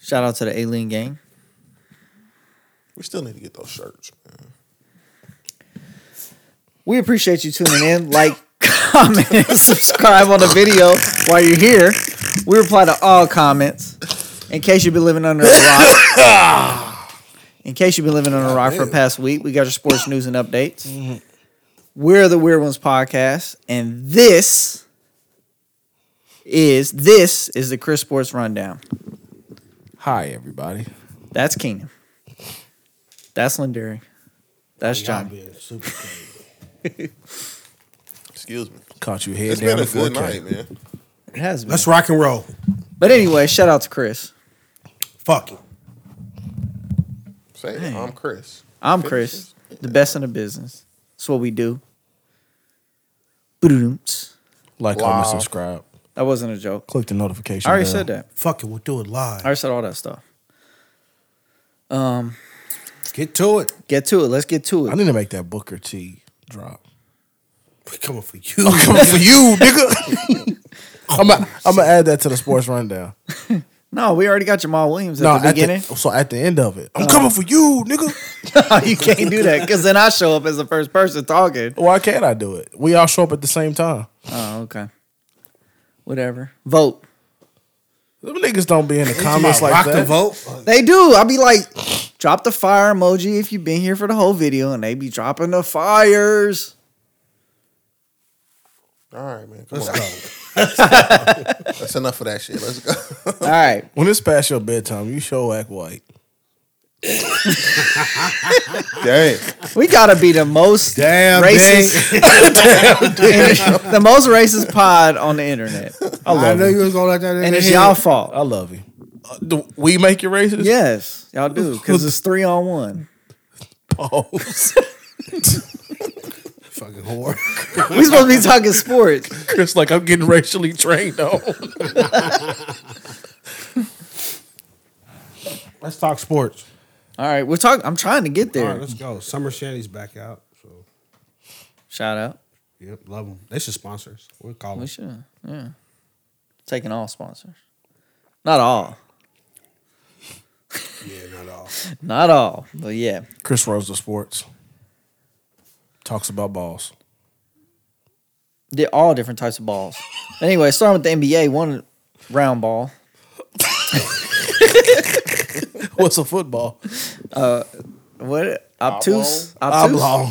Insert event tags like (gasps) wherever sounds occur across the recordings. Shout out to the Alien Gang. We still need to get those shirts, man. We appreciate you tuning (laughs) in. Like, comment, (laughs) and subscribe on the video while you're here. We reply to all comments. In case you've been living (laughs) under a rock. Ah. In case you've been living under a rock for the past week, we got your sports news and updates. We're the Weird Ones podcast, and this is this is the Chris Sports Rundown. Hi, everybody. That's Keenan. That's Lindari. That's Johnny. Excuse me. Caught you head It's down been a in good 4K. night, man. It has been. Let's rock and roll. But anyway, shout out to Chris. Fuck it. Say it. I'm Chris. I'm Chris, the best in the business. That's what we do. Boodooms. Like, Wow. comment, subscribe. That wasn't a joke. Click the I notification. already bell. said that. Fuck it. We'll do it I live. already said all that stuff. Get to it. Get to it. Let's get to I it. need to make that Booker T drop. We coming for you. I'm coming for you, nigga. (laughs) I'm gonna I'm gonna add that to the sports rundown. No, we already got Jamal Williams at No, the at (laughs) the- beginning. so at the end of it, Oh. I'm coming for you, nigga. you can't do that because then I show up as the first person talking. Why can't I do it? We all show up at the same time. Oh, okay. Whatever. Vote. Them niggas don't be in the I'm comments like (laughs) rock the that. vote. They do. I'll be like, drop the fire emoji if you've been here for the whole video, and they be dropping the fires. All right, man. Come Let's on. go. (laughs) That's enough of that shit. Let's go. All right. When it's past your bedtime, you show act white. Dang. We gotta be the most Damn, racist, (laughs) the most racist pod on the internet, I love I know him. you was gonna let that in and the it's head. y'all fault. I love him. Uh, do we make you racist? Yes, y'all do because it's three on one. Pause. Fucking whore. We supposed to be talking sports. (laughs) Chris, like I'm getting racially trained on. Let's talk sports. All right, we're talking. I'm trying to get All there. right, let's go. Summer Shandy's back out. So, Shout out. yep, love them. They should sponsor us. We'll call We them. should. Yeah, taking all sponsors. Not all. Yeah, not all. Not all. But yeah. Chris Rose of sports talks about balls. Did all different types of balls. Anyway, starting with the NBA, one round ball. What's a (laughs) football? What obtuse? Obtuse? Oblong. I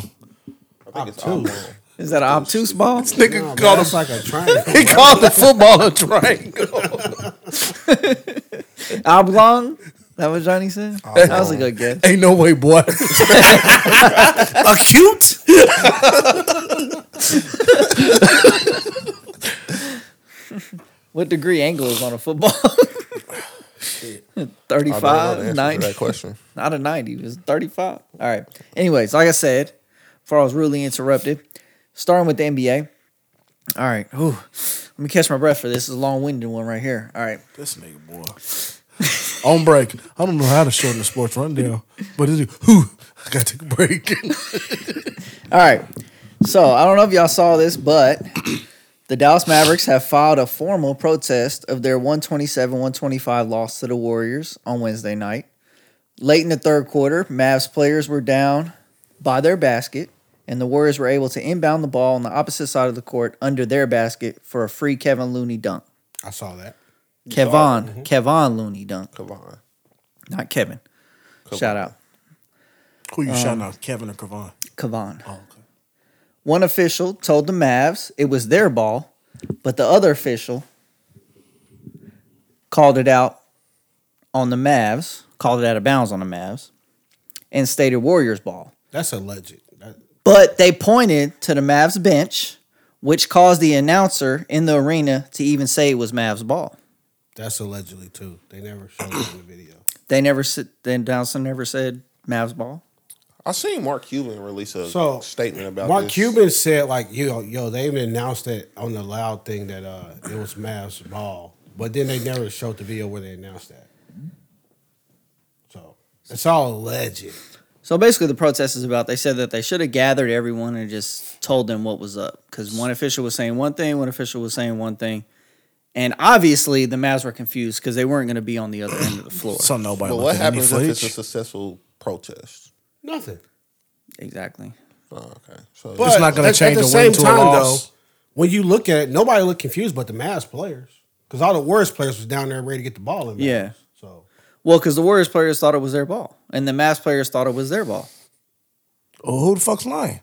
think it's Obtuse. oblong. Is that an obtuse ball? Nigga No, man, called that's a, (laughs) like a triangle. he right? called the football a triangle. Oblong? That what Johnny said? That was a good guess. Ain't no way, boy. (laughs) Acute. What degree angle is on a football? (laughs) I don't know the answer 35, to 90. that question. Not a 90, it was 35. All right. Anyways, like I said, before I was rudely interrupted, starting with the NBA. All right. Ooh, let me catch my breath for this. This is a long winded one right here. All right. this nigga, boy. On break. I don't know how to shorten the sports rundown, but it's who I got to take a break. (laughs) All right. So I don't know if y'all saw this, but (clears throat) the Dallas Mavericks have filed a formal protest of their 127 125 loss to the Warriors on Wednesday night. Late in the third quarter, Mavs players were down by their basket, and the Warriors were able to inbound the ball on the opposite side of the court under their basket for a free Kevin Looney dunk. I saw that. Kevon, Kevon Looney dunk, Come on. not Kevin. Shout out. who you shouting out, Kevin or Kevon? Kevon. Oh, okay. One official told the Mavs it was their ball, but the other official called it out on the Mavs, called it out of bounds on the Mavs, and stated Warriors ball. That's alleged. That, But they pointed to the Mavs bench, which caused the announcer in the arena to even say it was Mavs ball. that's allegedly too. They never showed it in the video. They never said, then Downson never said Mavs ball. I seen Mark Cuban release a So, statement about Mark this. Cuban said like, yo, yo, they even announced that on the loud thing that uh it was Mavs ball, but then they never showed the video where they announced that. So it's all alleged. So basically, the protest is about they said that they should have gathered everyone and just told them what was up because one official was saying one thing, one official was saying one thing, And obviously, the Mavs were confused because they weren't going to be on the other end of the floor. So nobody. But looked what at any happens if it's a footage. successful protest? Nothing. exactly. Oh, okay. So But not gonna at- at change the a win same to a time, loss. Though, when you look at it, nobody looked confused but the Mavs players, because all the worst players was down there ready to get the ball in. Mavs. Yeah. So Well, because the Warriors players thought it was their ball, and the Mavs players thought it was their ball. Oh, who the fuck's lying?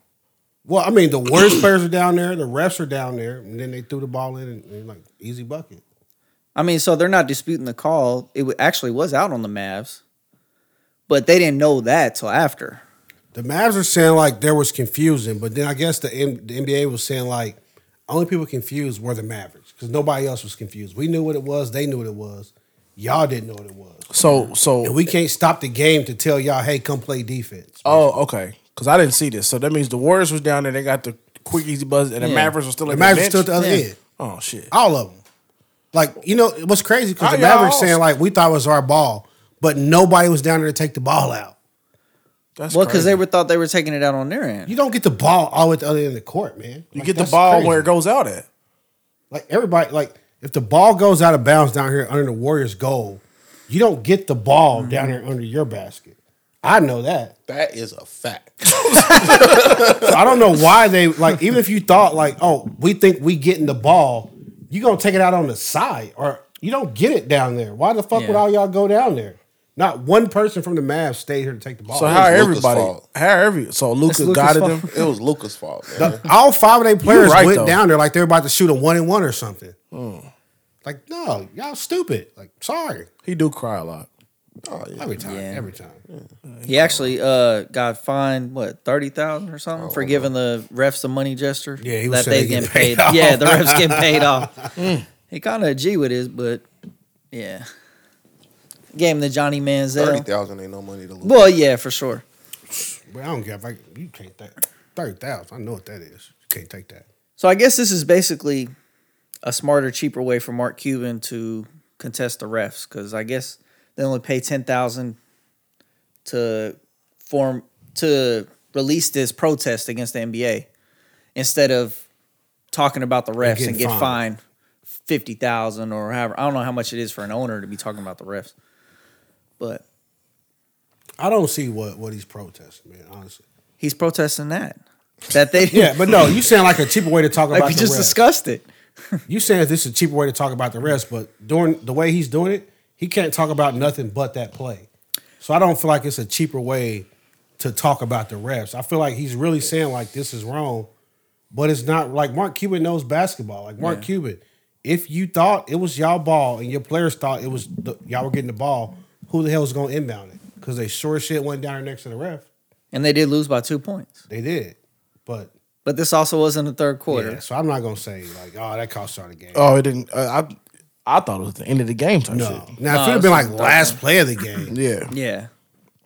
Well, I mean, the worst players are down there. The refs are down there, and then they threw the ball in and, and like easy bucket. I mean, so they're not disputing the call. It wa- actually was out on the Mavs, but they didn't know that till after. The Mavs are saying like there was confusion, but then I guess the, M- the NBA was saying like only people confused were the Mavericks because nobody else was confused. We knew what it was. They knew what it was. Y'all didn't know what it was. So so And we can't stop the game to tell y'all, hey, come play defense. Oh, okay. Because I didn't see this. So that means the Warriors was down there. They got the quick, easy buzz, and the Yeah. Mavericks were still the at the Mavericks bench. took the other Yeah. end. oh shit. All of them. Like, you know, it was crazy because How the y'all Mavericks all- saying like we thought it was our ball, but nobody was down there to take the ball out. That's Well, because crazy. they were thgot they were taking it out on their end. You don't get the ball all the way at the other end of the court, man. You Like, get the that's ball crazy. where it goes out at. Like everybody, like if the ball goes out of bounds down here under the Warriors' goal, you don't get the ball Mm-hmm. down here under your basket. I know that. that is a fact. (laughs) So I don't know why they like. Even if you thought like, oh, we think we getting the ball, you gonna take it out on the side, or you don't get it down there. Why the fuck would Yeah. all y'all go down there? Not one person from the Mavs stayed here to take the ball. So how Luka's everybody? fault. How every? So Luca Luka's guided fault. them. it was Luca's fault, man. The- all five of their players right, went though. Hmm. down there like they're about to shoot a one and one or something. Like, no, y'all stupid. Like, sorry. He do cry a lot. oh, yeah. Every time. Yeah. Every time. He actually uh, got fined what thirty thousand or something for giving the refs the money gesture. Oh, Yeah, he was saying they getting (laughs) paid off. Yeah, the refs getting paid off. (laughs) Mm. He kind of a G with his, but yeah, gave him the Johnny Thirty Manziel. thousand ain't no money to lose. Well, yeah, for sure. But I don't care if I you can't take thirty thousand. I know what that is. You can't take that. So I guess this is basically a smarter, cheaper way for Mark Cuban to contest the refs because I guess they only pay ten thousand to form to release this protest against the NBA instead of talking about the refs getting and get fined. fined fifty thousand or however. I don't know how much it is for an owner to be talking about the refs, but I don't see what what he's protesting, man. Honestly. he's protesting that that they (laughs) Yeah, (laughs) but no, you saying like a cheaper way to talk like about we the just refs. discussed it. you saying this is a cheaper way to talk about the rest, but during the way he's doing it, he can't talk about nothing but that play. So I don't feel like it's a cheaper way to talk about the refs. I feel like he's really saying like this is wrong, but it's not like Mark Cuban knows basketball. Like Mark Cuban, if you thought it was y'all ball and your players thought it was the, y'all were getting the ball, who the hell is going to inbound it? Because they sure as shit went down there next to the ref. And they did lose by two points, They did, but but this also was in the third quarter. yeah. So I'm not gonna say like, oh, that cost y'all the game. Oh, it didn't. Uh, I I thought it was the end of the game type No. shit. Now, No, it's if it had been like not last play of the game, (laughs) Yeah. Yeah.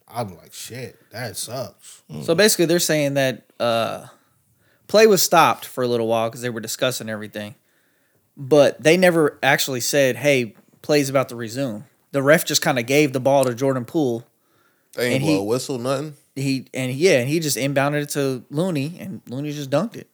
I'd be like, shit, that sucks. So basically, they're saying that uh, play was stopped for a little while because they were discussing everything, but they never actually said, "Hey, play's about to resume." The ref just kind of gave the ball to Jordan Poole. They ain't And blow he- a whistle, nothing. He and yeah, and he just inbounded it to Looney, and Looney just dunked it.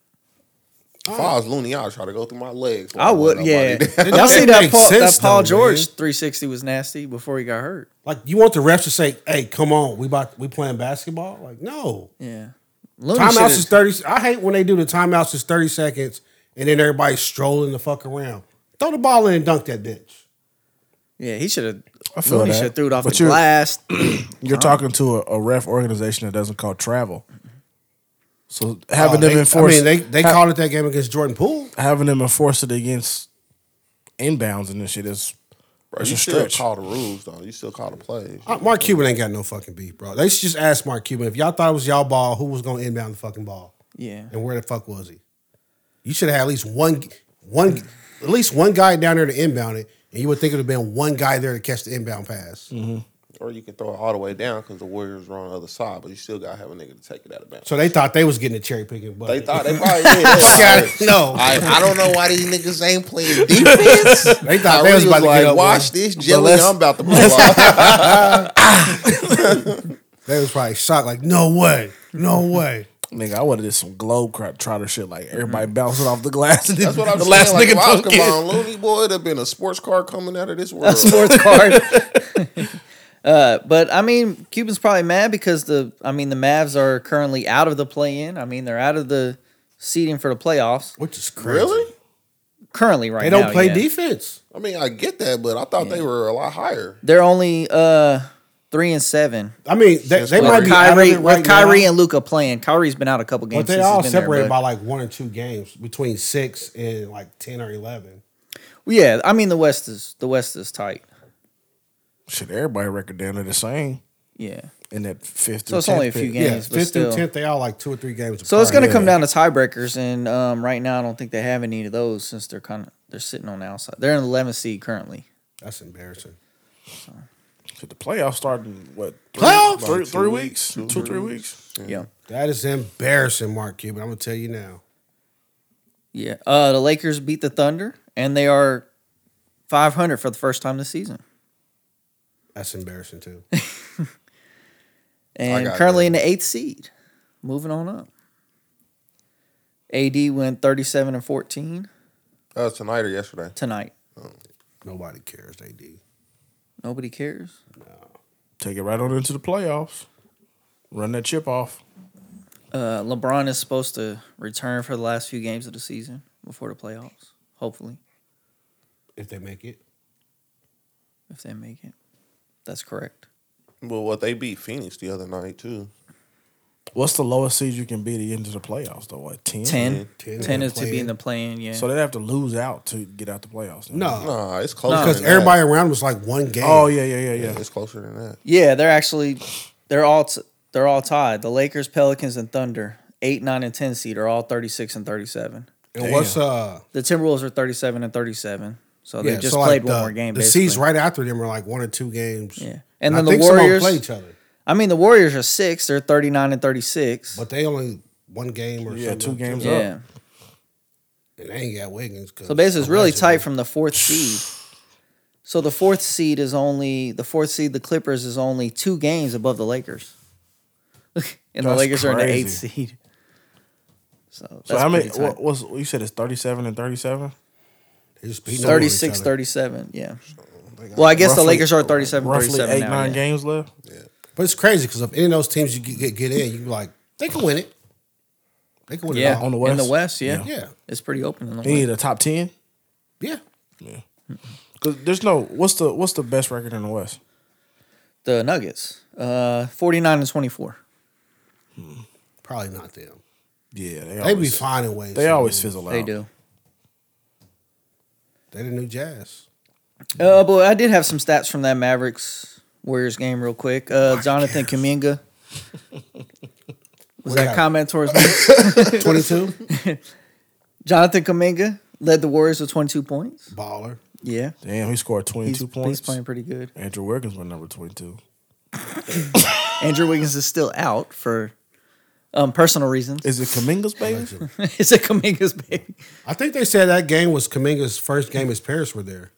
Uh, If I was loony, I'd try to go through my legs. I would, yeah. (laughs) Y'all that see that makes Paul, sense, that Paul though, George man. 360 was nasty before he got hurt. Like, you want the refs to say, hey, come on, we about we playing basketball? Like, no. Yeah, Looney Timeouts shoulda- is 30. I hate when they do the timeouts is 30 seconds and then everybody's strolling the fuck around. Throw the ball in and dunk that bitch. Yeah, he should have. I feel Looney that. should have threw it off But the you're- glass. You're talking to a, a ref organization that doesn't call travel. So having Oh, them they- enforce, I mean, they, they ha- called it that game against Jordan Poole. having them enforce it against inbounds and this shit is Bro, It's you a still stretch. call the rules though. You still call the plays. Uh, Mark Cuban ain't got no fucking beef, bro. They should just ask Mark Cuban if y'all thought it was y'all ball, who was going to inbound the fucking ball? Yeah, And where the fuck was he? You should have had at least one, one, at least one guy down there to inbound it, and you would think it would have been one guy there to catch the inbound pass. Mm-hmm. Or you can throw it all the way down because the Warriors were on the other side, but you still gotta have a nigga to take it out of bounds. So they thought they was getting a cherry picking, but They (laughs) thought they probably did. yeah. got no. I, I don't know why these niggas ain't playing defense. They I thought they really was was about to like, get up. watch Watch this jelly let's- I'm about to blow off. (laughs) They was probably shocked, like, no way, no way. Nigga, I would have did some globe trotter shit like everybody bouncing off the glass and That's what I'm (laughs) the saying. last like, nigga if I was took it. Kevon Looney, boy, it'd have been a sports car coming out of this world. a sports card. (laughs) (laughs) uh, but I mean, Cuban's probably mad because the I mean the Mavs are currently out of the play in. I mean they're out of the seeding for the playoffs Which is crazy. (laughs) really? currently right They now. don't play yeah. defense. I mean, I get that, but I thought they were a lot higher. They're only uh three and seven. I mean, they, they With might be out of Kyrie, it right with Kyrie now, and Luca playing. Kyrie's been out a couple games. but they since he's all been there, separated but- by like one or two games between six and like ten or eleven. Yeah, I mean the West is the West is tight. Shit, everybody record down there the same Yeah. in that fifth. So or it's only a 10th few pick. games, yeah, but fifth still. through tenth, they all like two or three games. So it's going to come apart. down to tiebreakers, and um, right now I don't think they have any of those since they're kind of they're sitting on the outside. They're in the 11th seed currently. That's embarrassing. Shit, The playoffs start in what? Three, Playoffs? Three, About three two weeks? Two, weeks, three, two, three weeks? Mm. Yeah, That is embarrassing, Mark Cuban. I'm gonna tell you now. yeah. Uh, the Lakers beat the Thunder, and they are 500 for the first time this season, That's (laughs) embarrassing too. and got currently that. in the eighth seed. Moving on up. AD went 37 and 14 That was uh, tonight or yesterday. tonight. Nobody cares. They do. Nobody cares. Take it right on into the playoffs. Run that chip off. Uh, LeBron is supposed to return for the last few games of the season before the playoffs. Hopefully, If they make it, if they make it, that's correct. Well, what they beat Phoenix the other night too. What's the lowest seed you can be to get into the playoffs though? What ten? 10. 10, Ten is to be in play-in. the playing, yeah. So they'd have to lose out to get out the playoffs. then. no, Nah, it's closer. because than that. everybody around was like one game. Oh yeah, yeah, yeah, yeah. it's closer than that. yeah, they're actually they're all t- they're all tied. The Lakers, Pelicans, and Thunder, 8, 9 and 10 seed are all 36 and 37. And Damn. what's uh? The Timberwolves are 37 and 37. So they Yeah, just so played like one the, more game The basically. seeds right after them are like one or two games. Yeah. And then I the think some of 'em Warriors- play each other, I mean, the Warriors are 6, they're 39 and 36. but they only one game or Yeah, something two games too. up. yeah. And they ain't got Wiggins. 'cause So basically it's really allegedly. tight from the 4th seed. So the 4th seed is only the 4th seed the Clippers is only 2 games above the Lakers. (laughs) and the That's Lakers are in the 8th crazy. seed. (laughs) So, that's So how many? pretty tight. What, what's you said? It's thirty-seven and thirty-seven. They just beating up on each 36 other. 37 yeah well i guess the Roughly- lakers are 37 Roughly 37 eight, now, nine yeah. games left. But it's crazy because if any of those teams you get get, get in, you be like they can win it. They can win yeah it all. On the in the West? west yeah. Yeah. Yeah. it's pretty open in the They west need a top ten. Yeah. Cause there's no. What's the What's the best record in the West? the nuggets uh 49 and 24 Probably not them. Yeah, they They always, be finding ways. They to always win. fizzle out. they do They the new Jazz. (laughs) uh but i did have some stats from that mavericks warriors game real quick uh jonathan (laughs) kaminga was What that happened? comment towards me (laughs) Twenty two jonathan kaminga led the warriors with 22 points baller. yeah Damn, he scored he's, twenty-two he's points. playing pretty good Andrew Wiggins went number twenty-two. andrew wiggins is still out for um personal reasons (laughs) Is it Kaminga's baby? it's a kaminga's baby I think they said that game was Kaminga's first game. His parents were there.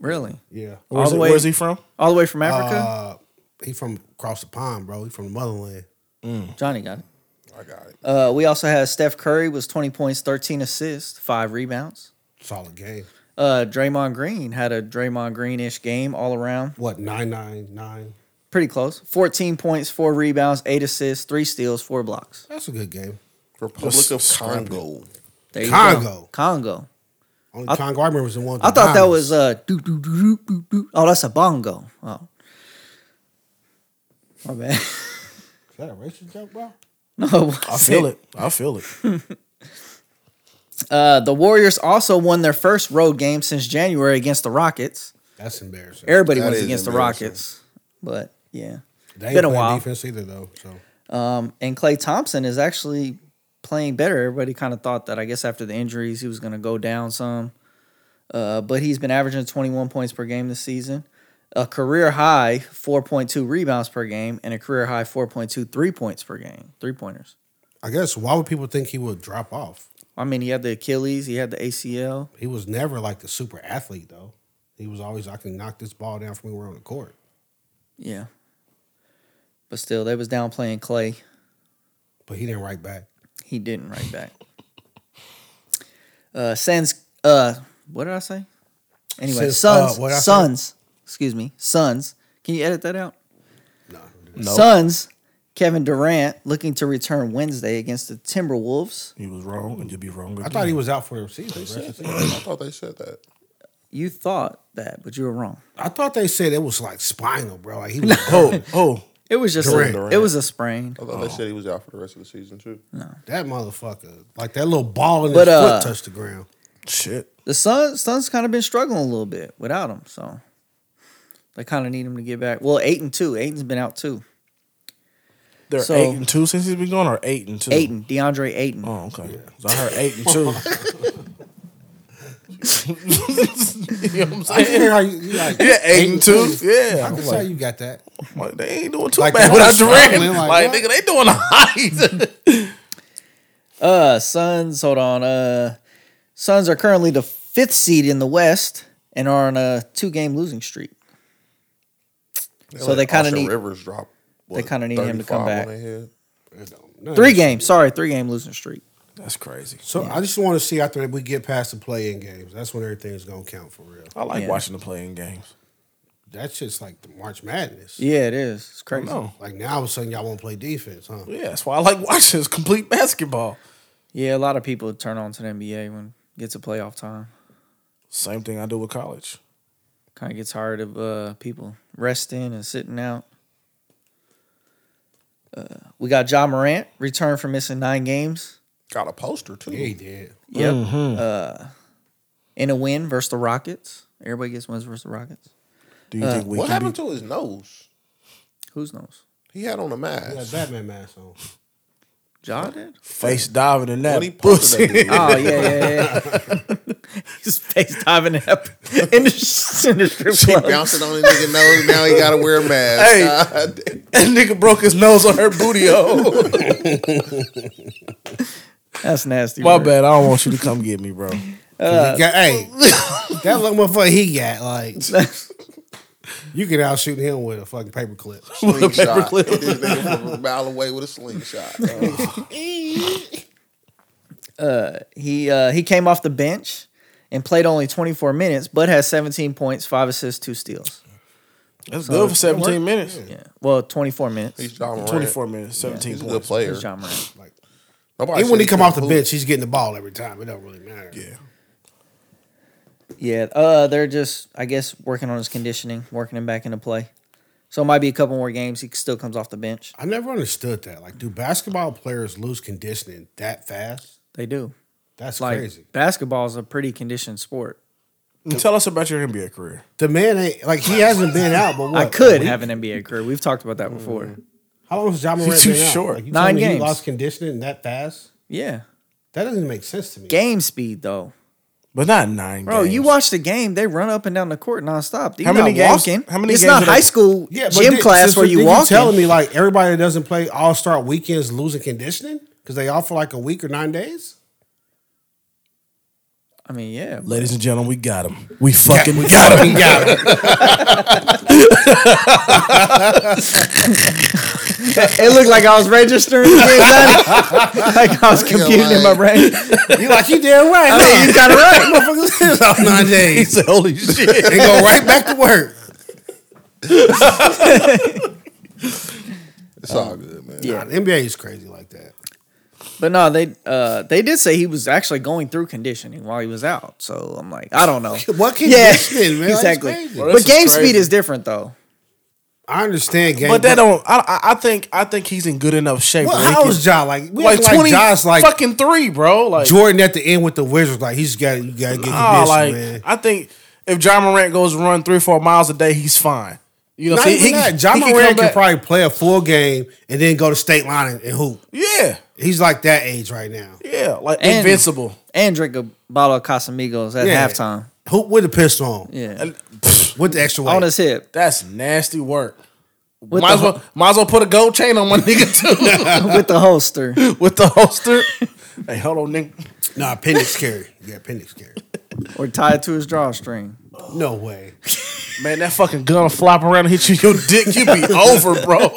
really Yeah. Where's, the he- way- where's he from? all the way from africa Uh, he from across the pond, bro. He from the motherland. Uh, Johnny got it. I got it. Uh, we also had Steph Curry was 20 points, 13 assists, five rebounds. Solid game. Uh, Draymond Green had a Draymond Greenish game all around, What nine nine nine? pretty close. 14 points, four rebounds, eight assists, three steals, four blocks. That's a good game. Republic of scrap it. Congo. There you go. Congo. Congo. Only Congo I remember was the one. with I the thought that diamonds. was uh, doo, doo, doo, doo, doo, doo. oh, that's a bongo. Oh, my bad. (laughs) Is that a racist joke, bro? no, I feel it. I feel it. Uh, the Warriors also won their first road game since January against the Rockets. That's embarrassing. Everybody That wins is against the embarrassing. Rockets, but yeah, they ain't been a playing while. defense either though. So Um, and Clay Thompson is actually playing better. Everybody kind of thought that, I guess, after the injuries, he was going to go down some. Uh, but he's been averaging 21 points per game this season, a career high 4.2 rebounds per game, and a career high 4.2 three points per game, three pointers. I guess why would people think he would drop off? I mean, he had the Achilles, he had the ACL. He was never like the super athlete though. He was always I can knock this ball down from anywhere on the court. Yeah. But still, they was downplaying Clay. but he didn't write back. He didn't write back. Uh, Sens, uh, what did I say? Anyway, Sens- Sons, uh, what I said? Sons, excuse me, Sons. Can you edit that out? No. Sons, Kevin Durant looking to return Wednesday against the Timberwolves. He was wrong, and you'd be wrong. I thought he was out for the season. Said that. bro. I thought they said that. You thought that, but you were wrong. (clears throat) I thought they said it was like spinal, (laughs) bro. Like he was Oh, oh, It was just Durant, a, Durant. it was a sprain. I thought they said he was out for the rest of the season too. that motherfucker. Like that little ball in But, his uh, foot touched (laughs) the ground. shit. The Suns, Suns kind of been struggling a little bit without him, so they kind of need him to get back. Well, eight and two. Aiton's been out too. They're So- eight and two since he's been gone, or eight and two. Aiton, DeAndre Aiton. Oh, okay. 'Cause I heard eight and two. (laughs) you know what I'm I saying? hear how you, you like, Yeah, eight and two. Yeah, I can I'm see how like, you got that. like, they ain't doing too Like, bad they're without struggling, Durant. Like, like, what? nigga, they doing all right. Uh, Suns, hold on. Uh, Suns are currently the fifth seed in the West and are on a two-game losing streak. So let they kinda Austin need- Rivers drop. what, kinda need him to come 35 back. when they hit? Three games, sorry, three-game losing streak. That's crazy. So I just want to see after we get past the play-in games. That's when everything's gonna count for real. I like Yeah. watching the playing games. That shit's like the March Madness. Yeah, it is. It's crazy. No, Like now, all of a sudden, y'all won't play defense, huh? yeah, that's why I like watching this complete basketball. Yeah, a lot of people turn on to the NBA when it gets a playoff time. Same thing I do with college. Kind of get tired of uh, people resting and sitting out. Uh, we got John Morant returned from missing nine games. Got a poster too. Yeah, he did. Yep. Uh, in a win versus the Rockets. Everybody gets wins versus the Rockets. Do you Uh, think we What can happened be- to his nose? Who's knows? He had on a He had mask. Batman mask on. John did? face diving in (laughs) that When he posted that pussy? dude, Oh, yeah, yeah, yeah. (laughs) Just face diving up in the, in the strip (laughs) he club. bounced it on his nigga nose. Now he (laughs) gotta wear a mask. (laughs) Hey. God damn. (laughs) that nigga broke his nose on her booty oh. hole. That's nasty. My bro. bad. I don't want you to come get me, bro. He got- hey, that little motherfucker he got (laughs) like you could out shoot him with a fucking paperclip. slingshot. Hit this nigga from a mile away with (laughs) a slingshot. He uh, he came off the bench and played only 24 minutes, but has 17 points, five assists, two steals. That's good for 17 minutes. Yeah. Well, 24 he's minutes. John Morant. 24 minutes, 17 He's a good points. player. He's John Morant. Like Nobody even said when he come couldn't off the hoop. bench, he's getting the ball every time. It don't really matter. Yeah. Yeah. Uh, they're just I guess working on his conditioning, working him back into play. So it might be a couple more games. He still comes off the bench. I never understood that. Like, do basketball players lose conditioning that fast? They do. That's Like crazy. basketball is a pretty conditioned sport. And Mm, Tell us about your NBA career. The man ain't like he hasn't been out, but what? I could a week? Mm. have an NBA career. We've talked about that before. How long has John Morant He's too been out? short. Like, you Nine telling me games. He lost conditioning that fast. Yeah. That doesn't make sense to me. Game speed though. But not nine Bro, games. you watch the game, they run up and down the court nonstop. You're How many not games- walking. how many it's games not are they- high school gym then- class so- where so you then walk. telling me like everybody that doesn't play All Star weekends losing conditioning because they off for like a week or nine days? I mean, yeah. Ladies and gentlemen, we got him. We fucking got, him. It looked like I was registering the anxiety. (laughs) like I was computing in my brain. You like you damn right. (laughs) I mean, you got it (laughs) right. Motherfuckers off nine He days said, holy shit. and go right back to work. It's all good, man. Nah, the NBA is crazy like that. But no, they uh, they did say he was actually going through conditioning while he was out. So I'm like, I don't know. (laughs) What Yeah, conditioning, man? That's exactly. crazy. Bro, But this is game crazy. speed is different though. I understand game, But that don't. I, I I think. I think he's in good enough shape. Well, where he how can- is Ja? Like we like like twenty? Ja's like fucking three, bro. Like Jordan at the end with the Wizards. Like he's got you got to get Nah, conditioned, like man. I think if John Morant goes run three four miles a day, he's fine. You know, Not so even that. John he Moran come can back- probably play a full game and then go to state line and, and hoop. yeah, He's like that age right now. yeah, like And- invincible. And drink a bottle of Casamigos at Yeah. halftime. Hoop with the pistol on. Yeah. And, pff, With the extra weight. On his hip that's nasty work. With might the as well, might as well put a gold chain on my (laughs) (laughs) nigga with the holster. too with the holster. hey, hold on, nigga. No, appendix carry. Yeah, appendix carry. Or tied to his drawstring. No way. Man, that (laughs) fucking gun will flop around and hit you in your dick. You be over, bro.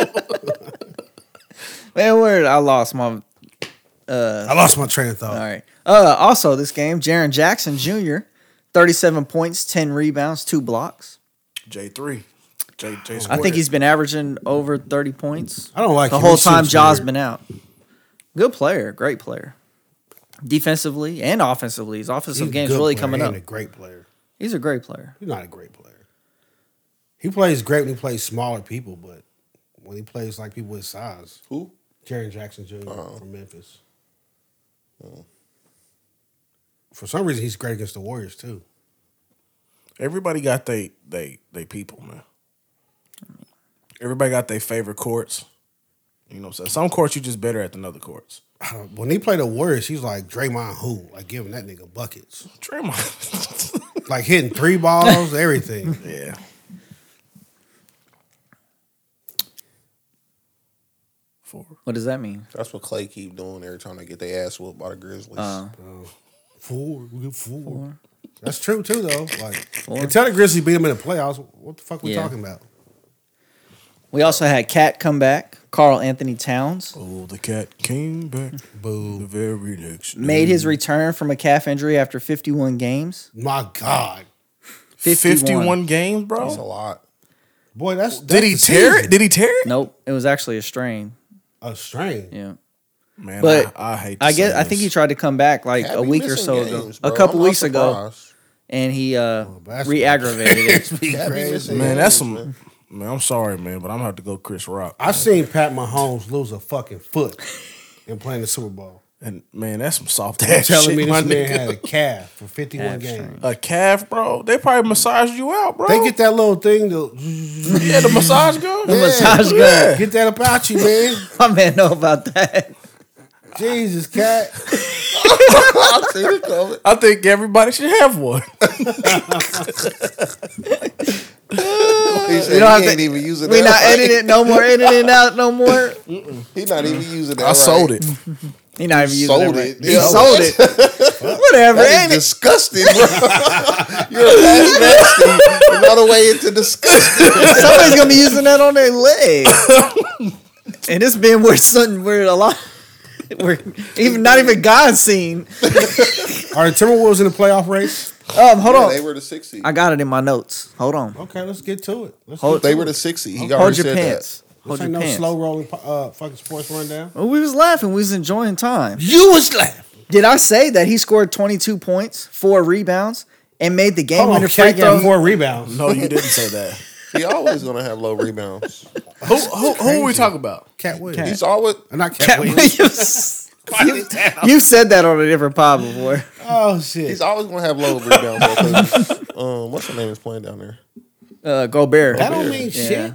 Man, where I lost my. Uh, I lost my train of thought. all right. Uh, also, this game, Jaron Jackson Jr., 37 points, 10 rebounds, two blocks. J three. J J. I think he's been averaging over 30 points I don't like the him. whole He time seems Jaw's weird. been out. Good player, great player. Defensively and offensively, his offensive He's a game's good really player. coming He up. ain't A great player. He's a great player. He's not a great player. He plays great when he plays smaller people, but when he plays like people his size, Who? Jaron Jackson junior Uh-oh. from Memphis. Oh. For some reason, he's great against the Warriors too. Everybody got they they they people, man. Everybody got their favorite courts. You know what I'm saying? Some courts you just better at than other courts. I don't, when he played the Warriors, he's like Draymond who, like giving that nigga buckets, Draymond. like hitting three balls, everything. (laughs) yeah. Four. What does that mean? That's what Clay keep doing every time they get their ass whooped by the Grizzlies. Uh, Four, we get four. Four. That's true too, though. Like Four. until the Grizzlies beat him in the playoffs, what the fuck we Yeah. talking about? we also had Cat come back, Carl Anthony Towns. Oh, the cat came back. Boo. The very next. Made day. his return from a calf injury after 51 games. My God, 51. 51, games, Oh. That's a bro. lot. boy, that's, that's Did he the tear season. it? Did he tear it? Nope, it was actually a strain. A strain. (laughs) Yeah. Man, But I, I hate. To I say guess I think he this. tried to come back like Had a me week or missing so games, ago, a bro. couple I'm not weeks ago, surprised. (laughs) Oh, and he uh, that's- re-aggravated it. Had me missing Man, games, that's some. man. Man. I'm sorry, man, but I'm gonna have to go Chris Rock. I seen Pat Mahomes lose a fucking foot in playing the Super Bowl. and man, that's some soft You're ass telling shit, me my this man nigga. had a calf for 51 Calf games. strain. (laughs) a calf, bro. They probably massaged you out, bro. They get that little thing to (laughs) yeah, the massage gun. The Yeah. massage gun. Yeah. get that about you, man. (laughs) (laughs) My man know about (laughs) that. Jesus, cat. I seen it (laughs) coming. I think everybody should have (laughs) one. He said You don't have he ain't to- even using We that. not editing no more editing out no more. He not even using that. I sold right. it. He not even using Sold that it. right. He Yeah. sold (laughs) it. Whatever. That Ain't is it? disgusting. Bro. (laughs) You're a fast nasty. Another way into disgusting. (laughs) Somebody's gonna be using that on their (laughs) leg. and it's been where something where a lot (laughs) where even not even God's seen. Are the Timberwolves in the playoff race? Um, hold Yeah, they on. were the six seed. I got it in my notes. Hold on. Okay, let's get to it. Let's Hold- get to They it. were the six seed. He Hold already your said pants. Hold your This ain't no pants. slow rolling uh, fucking sports rundown. Well, we was laughing. We was enjoying time. You was laughing. Did I say that he scored 22 points, four rebounds, and made the game Hold on, winner free Shaq throw? got four rebounds. No, you didn't say that. that. He always gonna have low rebounds. who who, who are we talking about? Cat Williams. (laughs) He's always Uh, Not Cat, Cat Williams. Williams. you, you said that on a different pod before. Oh shit. he's always gonna have low rebounds. bro, 'cause, um, what's her name is playing down there? Uh, Gobert. that don't mean Yeah. shit.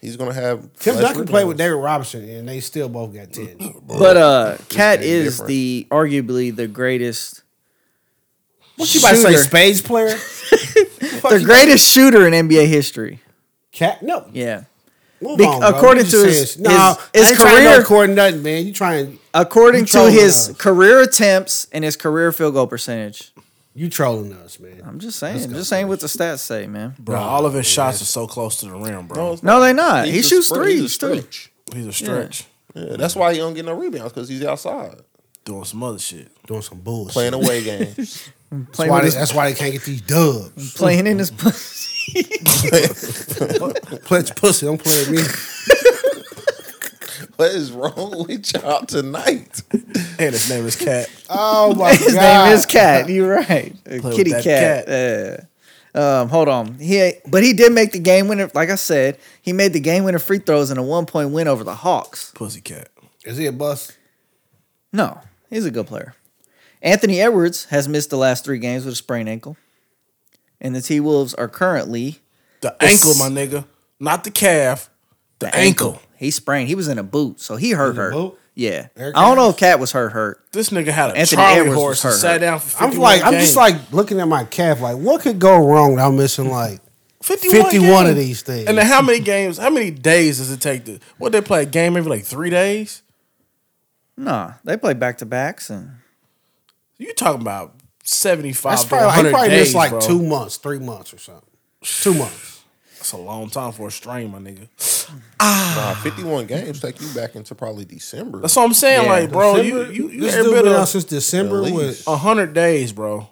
He's gonna have. Tim less Duncan played with rebounds. David Robinson and they still both (laughs) got ten. But uh, Cat game is different. the arguably the greatest, What you about to say, Shooter. (laughs) spades player? the greatest shooter in NBA history. Cat? No, Yeah. Move Be- on, bro. according You to his- serious. Nah, his- his I ain't trying to career- record nothing, man. You trying According to trolling his us. career attempts and his career field goal percentage. you trolling us, man. I'm just saying. Just saying what the stats say, man. Bro, all of his shots are so close to the rim, bro. No, they not. He's he a shoots spread- threes he's a too. stretch. He's a stretch. Yeah, that's why he don't get no rebounds because he's outside Doing some other shit. doing some bullshit. (laughs) playing away games. that's, Playing, why with his- they, that's why they can't get these dubs. (laughs) playing in (laughs) his pussy. Play your pussy, don't play (laughs) with me. what is wrong with y'all tonight? And his name is Cat. Oh (laughs) my His god. name is Cat. You're right. with Kitty that Cat. Yeah. Um, hold on. He but he did make the game winner. Like I said, he made the game winner free throws in a one point win over the Hawks. Pussy Cat. Is he a bust? No, he's a good player. Anthony Edwards has missed the last three games with a sprained ankle, and the T Wolves are currently The ankle, my nigga. Not the calf. The, ankle. He sprained. He was in a boot, so he hurt. a Hurt. boot? Yeah. Eric I don't know if Cat was hurt. Hurt. This nigga had a Anthony Charlie Edwards was horse and hurt. sat down for 51 I'm like, I'm games. just like looking at my calf. Like, what could go wrong? without missing like 51, 51 of games. these things. And then how many games, how many days does it take to, what, they play a game every like three days? Nah, they play back to backs and. (laughs) You talking about 75 that's to probably, 100 he probably days, missed like bro. two months, three months or something. Two months. That's a long time for a strain, my nigga. (sighs) Nah, 51 games take you back into probably December. That's what I'm saying. Yeah, like, bro, December, you you you this every dude bit been out of since December. At With, least. hundred days, bro.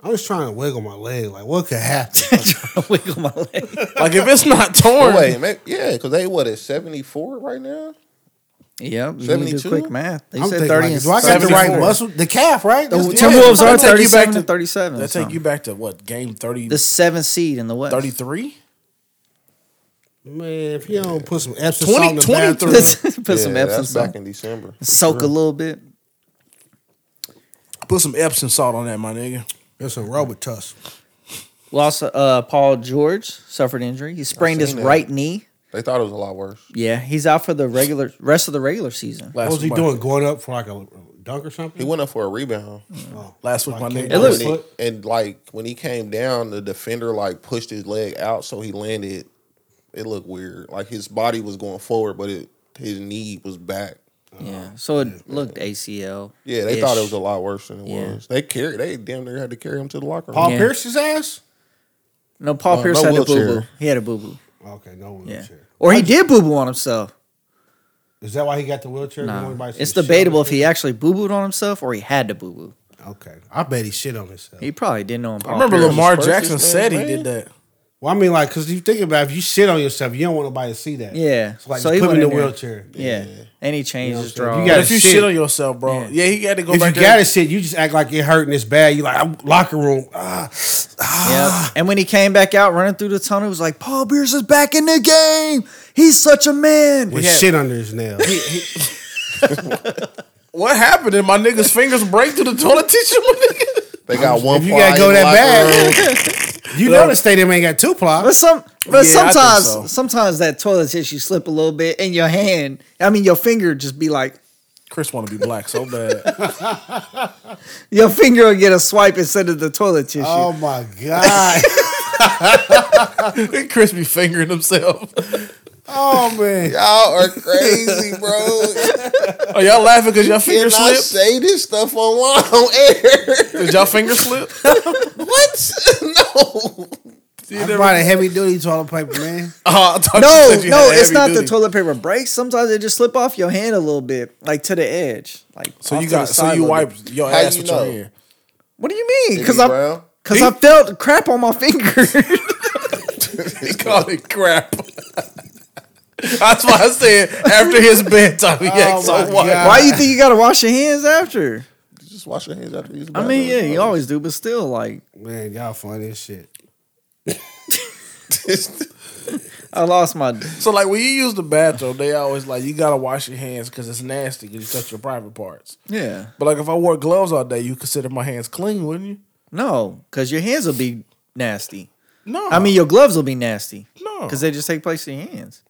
I'm just trying to wiggle my leg. Like, what could happen? Trying to wiggle my leg. Like, if it's not Oh, torn, wait, maybe, yeah, because they what at 74 right now? Yep, you can do 72? quick math. They I'm said thinking, 30 like, and do I got the 74. right muscle? The calf, right? The That's Timberwolves that'll are take you 37 back to- and 37. that take you back to what game 30, the seventh seed in the West. 33? Man, if you don't put some Epsom 20 salt in the 23. bathroom, Let's (laughs) Put yeah, some Epsom that's salt. back in December. Soak a little bit. Put some Epsom salt on that, my nigga. it's a robot tusk. Lost uh, Paul George suffered injury. He sprained his seen that. right knee. They thought it was a lot worse. Yeah, he's out for the regular rest of the regular season. Last What was he week, my- doing? Going up for like a dunk or something? He went up for a rebound. Oh. Last week, my nigga. It looks- And, he- and, like when he came down, the defender like pushed his leg out, so he landed. It looked weird. Like his body was going forward, but it, his knee was back. Yeah, so it looked ACL. Yeah, they thought it was a lot worse than it Yeah. was. They carry. They damn near had to carry him to the locker room. Paul Yeah. Pierce's ass? No, Paul Uh, Pierce no had a boo boo. wheelchair. He had a boo boo. Okay, no Yeah, wheelchair. or he did boo boo on himself. Is that why he got the wheelchair? Nah. Going by some It's shit debatable on if he actually boo booed on himself or he had to boo boo. his- Okay, I bet he shit on himself. He probably didn't know. him. I remember Paul Pierce. Lamar Spurs Jackson this said he man, did that. Well, I mean, like, because you think about it, if you shit on yourself, you don't want nobody to see that. Yeah. so like, So just he put him went in the in there. wheelchair. Yeah. and he changed You know his what I'm draw. saying? You But gotta if you shit. shit on yourself, bro, Yeah. yeah, he had to go If you back. got to shit, you just act like it hurt and it's bad. You like I'm, locker room. Ah, Yep. (gasps) And when he came back out running through the tunnel, it was like, Paul Pierce is back in the game. He's such a man. with Yeah. shit under (laughs) his nail. What happened? Did my nigga's fingers break through the toilet tissue? My nigga? They got one. if you ply gotta go in the that locker (laughs) room. bad, you know the stadium ain't got two ply. But some but Yeah, I think sometimes so. sometimes that toilet tissue slip a little bit and your hand, I mean your finger just be like Chris want to be black so bad. your finger will get a swipe instead of the toilet tissue. Oh my (laughs) god! (laughs) Chris be fingering himself. oh man! Y'all are crazy, (laughs) bro. Are y'all laughing because y'all Can finger I slipped? say this stuff online on air? Did y'all finger (laughs) slip? what? (laughs) (laughs) no. I brought a heavy duty toilet paper, man. (laughs) Oh, I thought you no, said you no, had a it's heavy not the duty. toilet paper breaks. Sometimes it just slip off your hand a little bit, like to the edge. Like So off you to the got so side you a little bit. wiped your How ass you with your know? hand. What do you mean? Because Jimmy I (laughs) Brown? because I felt crap on my finger. (laughs) (laughs) He called it crap. (laughs) That's why I said after his bedtime he Oh acts my so white. God. Why you think you gotta wash your hands after? Just wash your hands after these. I mean, yeah, you always do, but still, like, Man, y'all funny as shit. I lost my. So like when you use the bathroom, they always like you gotta wash your hands because it's nasty because you touch your private parts. Yeah. But like if I wore gloves all day, you consider my hands clean, wouldn't you? No, because your hands will be nasty. No, I mean, your gloves will be nasty. No. Because they just take place in your hands.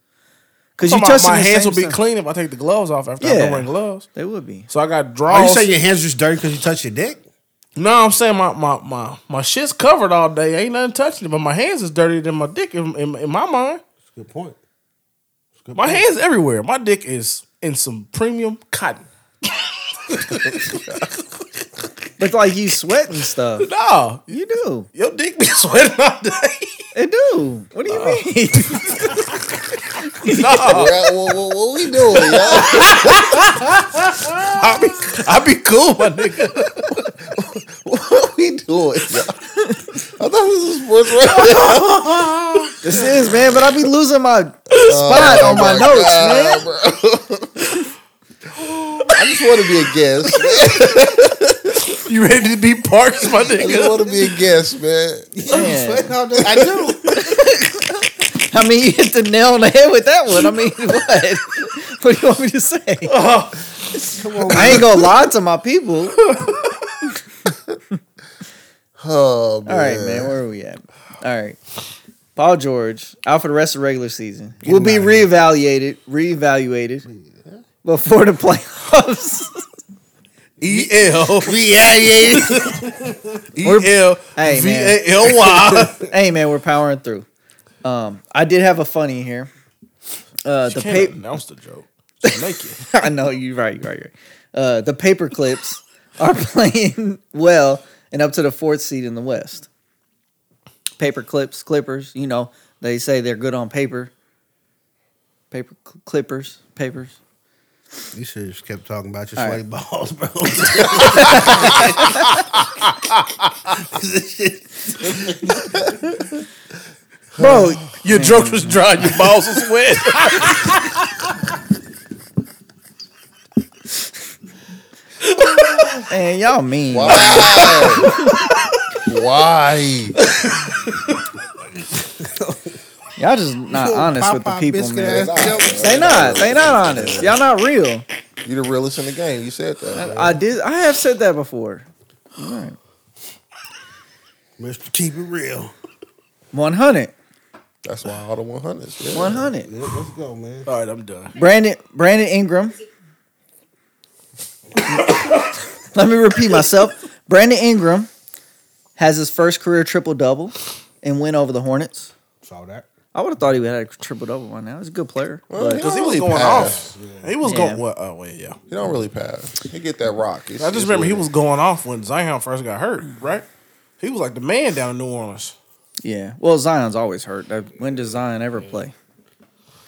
Because you Talking about touch my hands will be clean if I take the gloves off after I'm Yeah. Oh, done wearing gloves. They would be. So I got Are Oh, you draws. saying your hands just dirty because you touch your dick? no, I'm saying my, my my my shit's covered all day. Ain't nothing touching it, but my hands is dirtier than my dick in, in, in my mind. Good point. My hands everywhere. My dick is in some premium cotton. But like you sweat and stuff. No, You do. your dick be (laughs) sweating all day. It do. What do you mean? No, What, we doing, y'all? (laughs) I be I be cool, my nigga. What we doing? Y'all? I thought this was (laughs) sports radio. this is man. But I be losing my spot on Oh my, Oh my notes, man. (laughs) I just want to be a (laughs) guest. man. You ready to be parks, my I just nigga? want to be a guest, man. Yeah. (laughs) I do. I mean, (laughs) you hit the nail on the head with that one. I mean, (laughs) what? What do you want me to say? Oh. I ain't gonna lie to my people. Oh man. All right, man. Where are we at? All right. Paul George out for the rest of the regular season. will be reevaluated, reevaluated before the (laughs) playoffs. E (laughs) L V I A E L Hey, V man. A L (laughs) Y. hey, man, we're powering through. Um, I did have a funny here. Uh, the Can't paper. announce the joke. Just Make (laughs) it. I know you're right. You're right. You're right. Uh, the paper clips are (laughs) playing well and up to the fourth seed in the West. Paper clips, Clippers. You know they say they're good on paper. paper cl- clippers, papers. You should have just kept talking about your All sweaty (laughs) balls, bro. Bro, Your jokes was dry. Your balls was wet. (laughs) man, y'all mean. Why? (laughs) Y'all just not honest with the Popeye people, biscuit man. ass jokes. They not. They not honest. Y'all not real. You the realest in the game. You said that. I did. I have said that before. Mr. Keep It Real. One hundred. That's why all the one hundreds. Yeah. One hundred. Yeah, let's go, man. All right, I'm done. Brandon Brandon Ingram. (coughs) Let me repeat myself. Brandon Ingram has his first career triple double and win over the Hornets. Saw that. I would have thought he would have had a triple double by now. He's a good player. Well, But Because he was Really going pass. off. He was Yeah. going. What? Oh wait, yeah. He don't really pass. He get that rock. It's- I it's just remember he weird. was going off when Zion first got hurt. Right? He was like the man down in New Orleans. yeah. Well, Zion's always hurt. Uh, When does Zion ever play?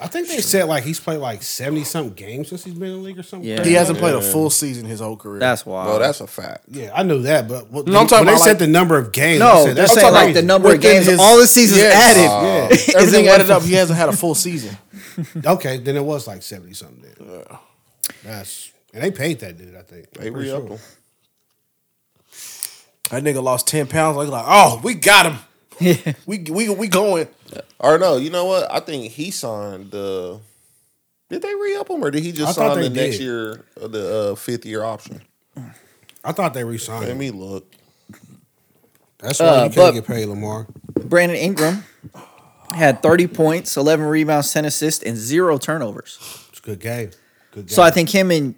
I think they said like he's played like seventy something games since he's been in the league or something. Yeah. crazy He hasn't like played a full season his whole career. That's why. Well, that's a fact. that. Yeah, I know that, but what, No, I'm talking when about, they said like- the number of games. they no, said, they're that's saying crazy. like the number of Within games, his- all the seasons Yes. added. Uh, Yeah. Everything Is it added one- up, he hasn't had a full season. Okay, then it was like seventy something. Then. That's and they paid that dude. I think They I'm pretty re-upped sure. him. That nigga lost ten pounds. Like, like, oh, we got him. we we we going. Or no, you know what? I think he signed the. Did they re up him or did he just I thought sign the they next did. year, uh, the uh, fifth year option? I thought they re-signed. Let him. me look. That's why Uh, you can't but- get paid, Lamar. Brandon Ingram had 30 points, 11 rebounds, 10 assists, and zero turnovers. It's a good game. Good game. So I think him and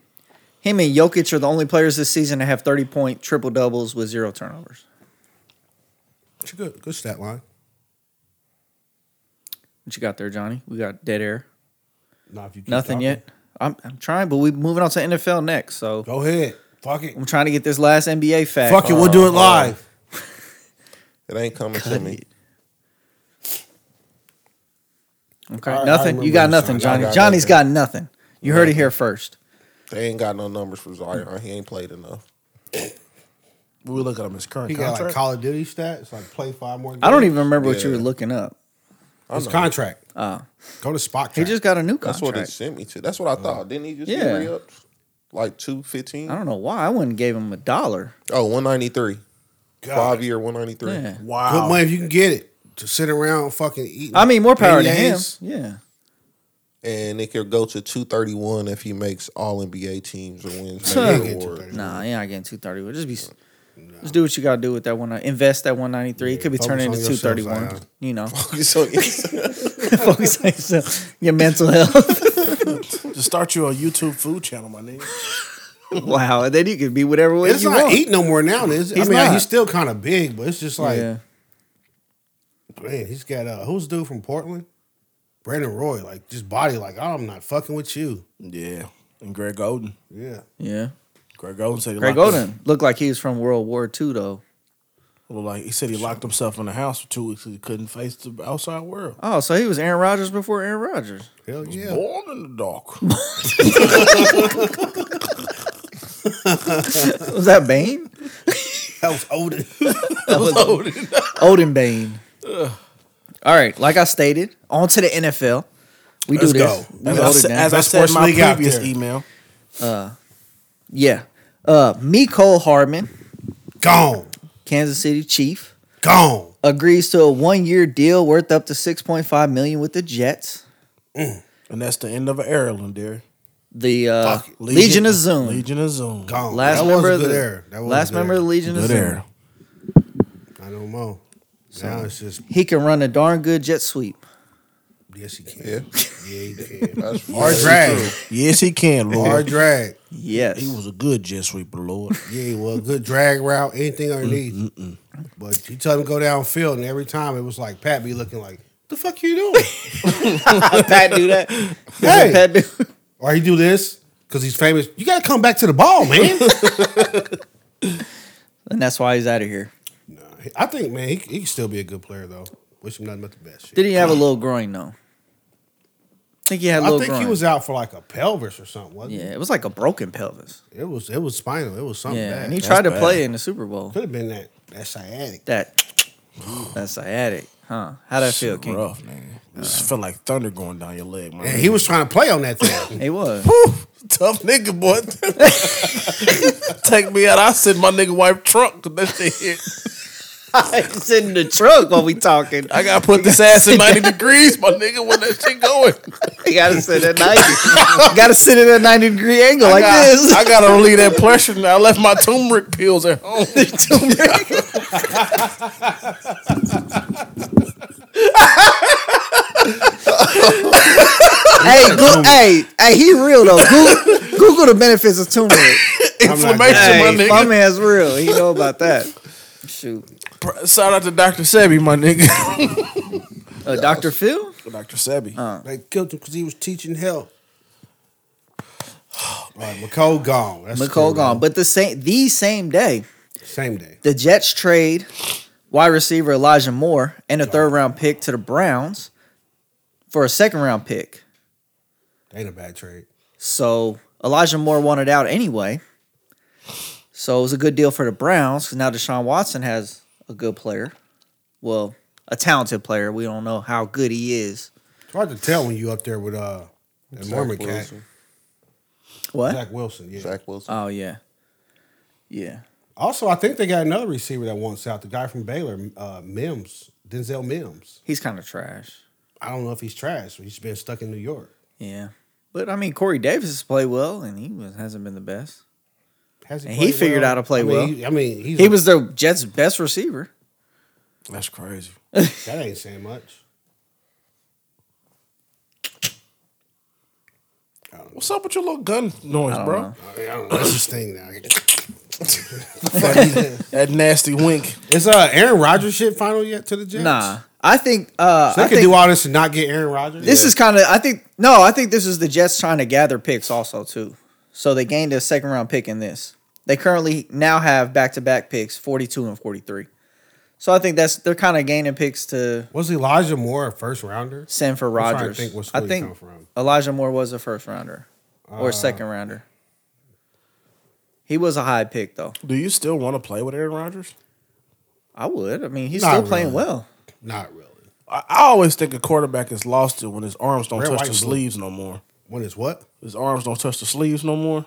him and Jokic are the only players this season to have 30 point triple doubles with zero turnovers. it's a good good stat line. What you got there, Johnny? We got dead air. Not if you keep Nothing talking. yet. I'm, I'm trying, but we're moving on to NFL next. So Go ahead. Fuck it. I'm trying to get this last NBA fact. Fuck it. We'll Oh. do it live. It ain't coming to me. Okay, I- I nothing. remember you got this nothing, one. I Johnny. got Johnny's got nothing. nothing. You heard it here first. They ain't got no numbers for Zion. He ain't played enough. We look at him as current He got like contract. Call of Duty stats. Like play five more. Games. I don't even remember what you Yeah. were looking up. His contract. Go to spot. Oh. He Track. just got a new That's contract. Uh, what it sent me to. That's what I thought. Didn't he just Yeah. get re upped? Like 215? I don't know why I wouldn't gave him a dollar. Oh, 193. God. Five year 193. Yeah. Good wow. money if you can get it to sit around fucking eating. I mean, more power to him. beignets. Yeah. And it could go to 231 if he makes all NBA teams (laughs) or wins Huh. major award. Nah, yeah, I getting two thirty. We'll just be, just do what you gotta do with that one. uh, Invest that one ninety three. It could be focus turned on into two yourself, thirty one. Zion. You know, So, (laughs) focus on yourself, your mental health. (laughs) Just start you a YouTube food channel, my nigga. wow, and then you could be whatever way It's you not want. eating no more now. Is it? I He's mean, not. he's still kind of big, but it's just like, yeah, man, he's got uh, who's the dude from Portland, Brandon Roy, like just body, like I'm not fucking with you. Yeah. And Greg Golden. Yeah, yeah. Greg Golden said he Greg locked Golden looked like he was from World War II though. Well, like he said, he locked himself in the house for two weeks 'cause he couldn't face the outside world. Oh, so he was Aaron Rodgers before Aaron Rodgers. hell yeah. Born in the dark. Was that Bane? (laughs) That was Odin. Odin Bane. All right, like I stated, on to the NFL. We Let's do this. go. We As hold I, it said, down. as I Best said in sports my league out previous there. email, yeah, uh, Miko Hardman, gone, Kansas City Chief. gone. agrees to a one-year deal worth up to 6.5 million with the Jets. and that's the end of an era, Lindari. The uh, Fuck it. Legion, of Zoom, Legion of Zoom. Gone. last that member was of a the good air. That was a last good member era. of the Legion of Good Zoom. era. I don't know. Now it's just He can run a darn good jet sweep. yes, he can. yeah. Yeah, he (laughs) can. That's Hard drag, Yes, he can, hard Lord. drag. Yes, he was a good jet sweeper, Lord. Yeah, well, good drag route, anything underneath. But you tell him to go downfield, and every time it was like Pat be looking like, "The fuck you (laughs) doing?" Pat do (laughs) that. Does Hey. Pat do? (laughs) or he do this because he's famous. You got to come back to the ball, man. And that's why he's out of here. (laughs) nah, I think, man, he, he can still be a good player though. Wish him nothing but the best. Shit. Did he have a little groin though? think he had a I little think he groin. was out for like a pelvis or something. Wasn't Yeah, it was like a broken pelvis. it? It was it was spinal. It was something yeah, bad. and he tried to bad. play in the Super Bowl. Could have been that that sciatic. That that sciatic, huh? How that feel, King? rough, nigga. Just felt like thunder going down your leg, man. And he was trying to play on (laughs) that thing. It was. Whew, tough nigga, boy. Take me out. I send my nigga wife trunk. 'cause That shit hit. it's in the truck while we talking. I gotta put this ass in ninety degrees, my nigga. When that shit going, You gotta sit at ninety. (laughs) gotta sit at a ninety degree angle I like got- this. I gotta relieve that pressure. Now I left my turmeric pills at home. (laughs) hey, go, hey, hey, he real though. Google, Google the benefits of turmeric. Inflammation, hey, my nigga. my man's real. He know about that. Shoot, Pr- Shout out to Doctor Sebi, my nigga. uh, Doctor Phil. Doctor Sebi. Uh. they killed him because he was teaching health. All (sighs) right, McCole gone. That's McCole cool, gone, but the same the same day, though. Same day. the Jets trade wide receiver Elijah Moore and a third round pick to the Browns for a second round pick. That ain't a bad trade. So Elijah Moore wanted out anyway. So it was a good deal for the Browns 'cause now Deshaun Watson has a good player. Well, a talented player. We don't know how good he is. It's hard to tell when you up there with uh that Mormon cat. Wilson. What? Zach Wilson, yeah. Zach Wilson. Oh yeah, yeah. Also, I think they got another receiver that wants out. The guy from Baylor, uh, Mims, Denzel Mims. He's kind of trash. I don't know if he's trash. But he's been stuck in New York. Yeah, but I mean Corey Davis has played well, and he was, hasn't been the best. Has And he played figured out how to play I mean, well. he- I mean, he's He was the Jets' best receiver. That's crazy. that ain't saying much. What's up with your little gun noise, don't bro? know. I, mean, I don't know. That's his thing now. That nasty wink. Is uh, Aaron Rodgers shit final yet to the Jets? Nah, I think uh, So they I could think do all this and not get Aaron Rodgers. this is kind of. I think no, I think this is the Jets trying to gather picks also too. So they gained a second round pick in this. They currently now have back to back picks, forty two and forty three. So I think that's they're kind of gaining picks to was Elijah Moore a first rounder? send for I'm trying to Rodgers. think where school I he think come from. Uh, Elijah Moore was a first rounder or a second rounder. He was a high pick though. Do you still want to play with Aaron Rodgers? I would. I mean, he's Not still playing really. well. Not really. I, I always think a quarterback is lost it when his arms don't Red, touch white, the and blue. sleeves no more. When is what? His arms don't touch the sleeves no more.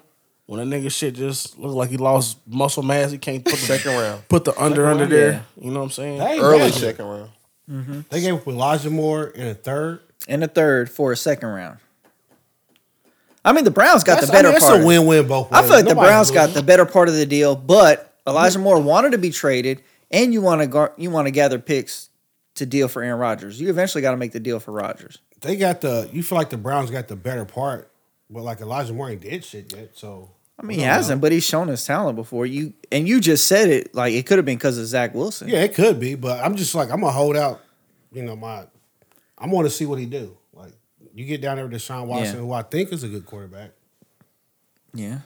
When that nigga shit just look like he lost muscle mass, he can't put the Second round. put the under under round, there. yeah. You know what I'm saying? That ain't Early bad. second round. They gave up Elijah Moore in a third. and a third for a second round. I mean, the Browns got That's- the better I mean, that's part. a win-win both I ways. feel like the Nobody Browns got losing. the better part of the deal, but Elijah Moore wanted to be traded, and you want to gar- you want to gather picks to deal for Aaron Rodgers. You eventually got to make the deal for Rodgers. They got the. You feel like the Browns got the better part, but like Elijah Moore ain't did shit yet. So I mean, he hasn't, but he's shown his talent before. You and you just said it like it could have been because of Zach Wilson. yeah, it could be, but I'm just like I'm gonna hold out. You know my, I'm going to see what he do. Like you get down there with Deshaun Watson, Yeah. who I think is a good quarterback. yeah.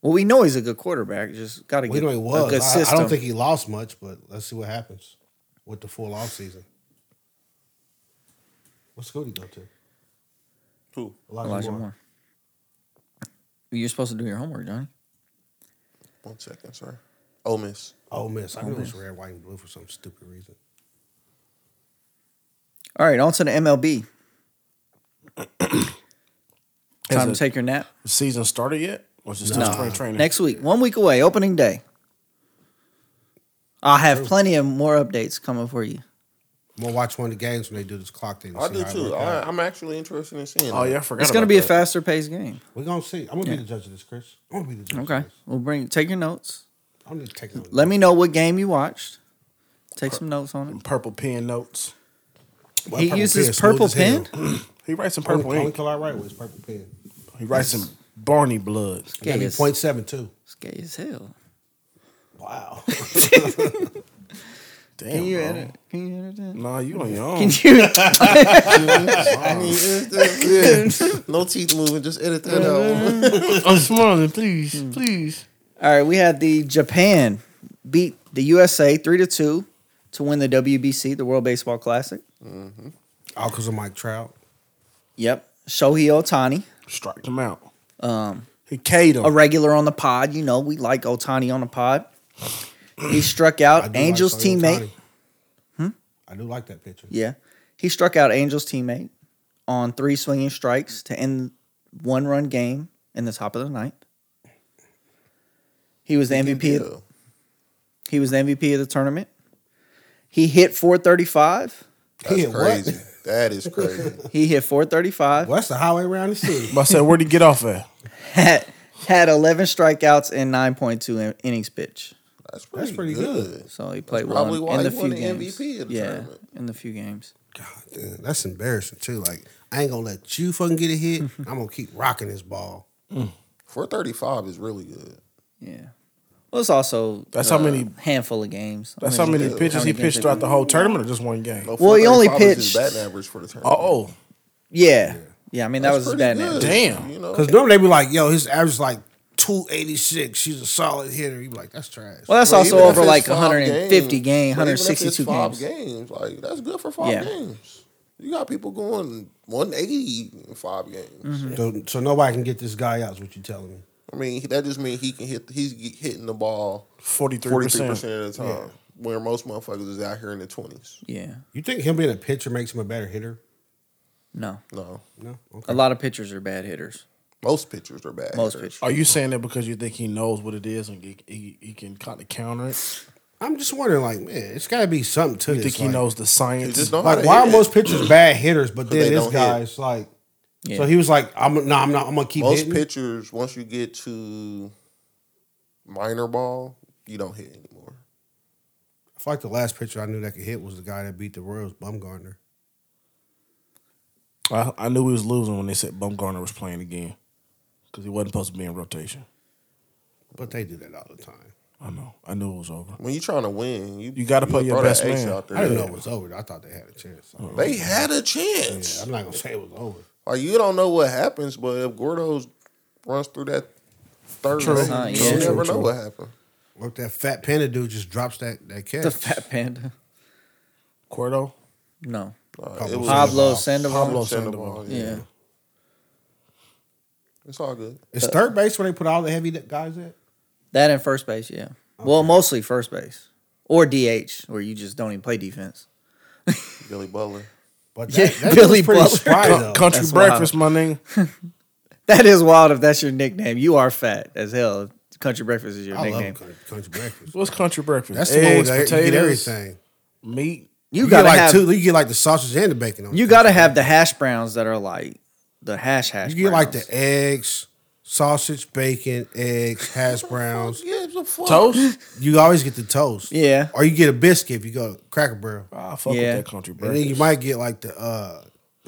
Well, we know he's a good quarterback. Just got to We get know he was. a good I, I system. don't think he lost much, but let's see what happens with the full offseason. What school did he go to? Who? Elijah, Elijah Moore. You're supposed to do your homework, Johnny. One second, sir. Ole Miss. Oh, miss. I knew it was red, white, and blue for some stupid reason. All right, on to the MLB. Time to it- take your nap. The season started yet? Or is it still No, spring training? next week, one week away, opening day. I'll have plenty of more updates coming for you. I'm going to watch one of the games when they do this clock thing. to I see do how it too. work out. I, I'm actually interested in seeing. Oh that. (laughs) yeah, I forgot. It's going to about be a that. faster paced game. We're going to see. I'm going to Yeah. be the judge of this, Chris. I'm going to be the judge Okay, of this. we'll bring take your notes. I don't need to take no Let me know what game you watched. Take some notes on purple pen notes. it. My He purple pen uses is purple smooth as hell. pen. He writes in Only, purple only ink. color I write with is purple pen. He writes in Barney blood. Gay Maybe as, point seven two. it's gay as hell. Wow. Damn, Can you bro. edit? Can you edit that? Nah, you on your own. Can (laughs) you? I mean, it's- yeah. (laughs) no teeth moving. Just edit that out. (laughs) I'm smiling, please, please. All right, we had the Japan beat the USA three to two to win the WBC, the World Baseball Classic. All because of Mike Trout. Yep, Shohei Otani, Strike him out. um, He K'd him. a regular on the pod. You know, we like Otani on the pod. He struck I out do like Angels Shohei teammate. Hmm? Ohtani. I do like that picture. Yeah. He struck out Angels teammate on three swinging strikes to end one run game in the top of the ninth. (laughs) He was the MVP. Of, Yeah. he was the MVP of the tournament. He hit 435. That's Yeah, what? crazy. That is (laughs) crazy. He hit 435. What's the highway around (laughs) the city? But I said, where'd he get off at? Had, had 11 strikeouts and 9.2 in- innings pitch. That's pretty, That's pretty good. So he played probably one why in the he few won the games. MVP of the yeah, tournament. in the few games. God, damn, that's embarrassing too. Like I ain't gonna let you fucking get a hit. I'm gonna keep rocking this ball. Four thirty five is really good. Yeah. Well, it's also That's uh, how many- handful of games. I That's mean, how many how pitches he games pitched they- throughout the whole tournament or just one game? No, Well, he only 435 is his pitched- batting average for the tournament. Oh, Yeah. Yeah, I mean that was his bad pretty good, name. Damn. You know, Because normally they be like, "Yo, his average is like 286. He's a solid hitter." You be like, "That's trash." Well, that's Well, also even if over it's like five 150 game, but even if it's 162 five games. games. Like that's good for five Yeah. games. You got people going one eighty in five games. Mm-hmm. so, so nobody can get this guy out. Is what you telling me? I mean, that just means he can hit. He's ge- hitting the ball 43%. forty-three percent of the time, where most motherfuckers is out here in the twenties. Yeah. You think him being a pitcher makes him a better hitter? No. No, No. Okay. A lot of pitchers are bad hitters. most pitchers are bad. Most hitters. pitchers. Are you saying that because you think he knows what it is and he, he, he can kind of counter it? I'm just wondering, like, man, it's got to be something to You this. think he like- knows the science? Just don't Like, why are most pitchers bad hitters? But they then this don't guy's like, Yeah. so he was like, "I'm no, I'm not. I'm gonna keep Most hitting." pitchers, once you get to minor ball, you don't hit anymore. I feel like the last pitcher I knew that could hit was the guy that beat the Royals, Bumgarner. I, I knew he was losing when they said Bumgarner was playing again because he wasn't supposed to be in rotation. But they do that all the time. I know. I knew it was over. When you're trying to win, you You gotta put your throw that best ace man. out there. I didn't know it was over. I thought they had a chance. I mean, They had a yeah, chance. I'm not gonna say it was over. Like you don't know what happens, but if Gordo runs through that third, True. base, Uh, yeah. you True, never true. know what happened. Look, that fat panda dude just drops that that catch. the fat panda. Cordo? No. Uh, Pablo Pablo Sandoval. Sandoval. Pablo Sandoval, Sandoval. Yeah. It's all good. It's third base where they put all the heavy guys at. That and first base, yeah. Well, mostly first base. Or DH, where you just don't even play defense. Billy Butler. But Yeah, that, that Billy Billy pretty Butler. spry, Co- though. country That's breakfast, my nigga. That is wild if that's your nickname. You are fat as hell. if Country breakfast is your I love nickname. country, country breakfast. What's country breakfast? That's the one where Eggs, they, potatoes, you get everything. meat. You, get gotta like have two. You get like the sausage and the bacon. On you it. gotta have the hash browns that are like the hash hash. You get like the browns. eggs, sausage, bacon, (laughs) eggs, hash browns. Yeah, it's a fuck. Toast? You always get the toast. Yeah. Or you get a biscuit if you go to Cracker Barrel. I fuck Yeah. with that country And then breakfast. you might get like the uh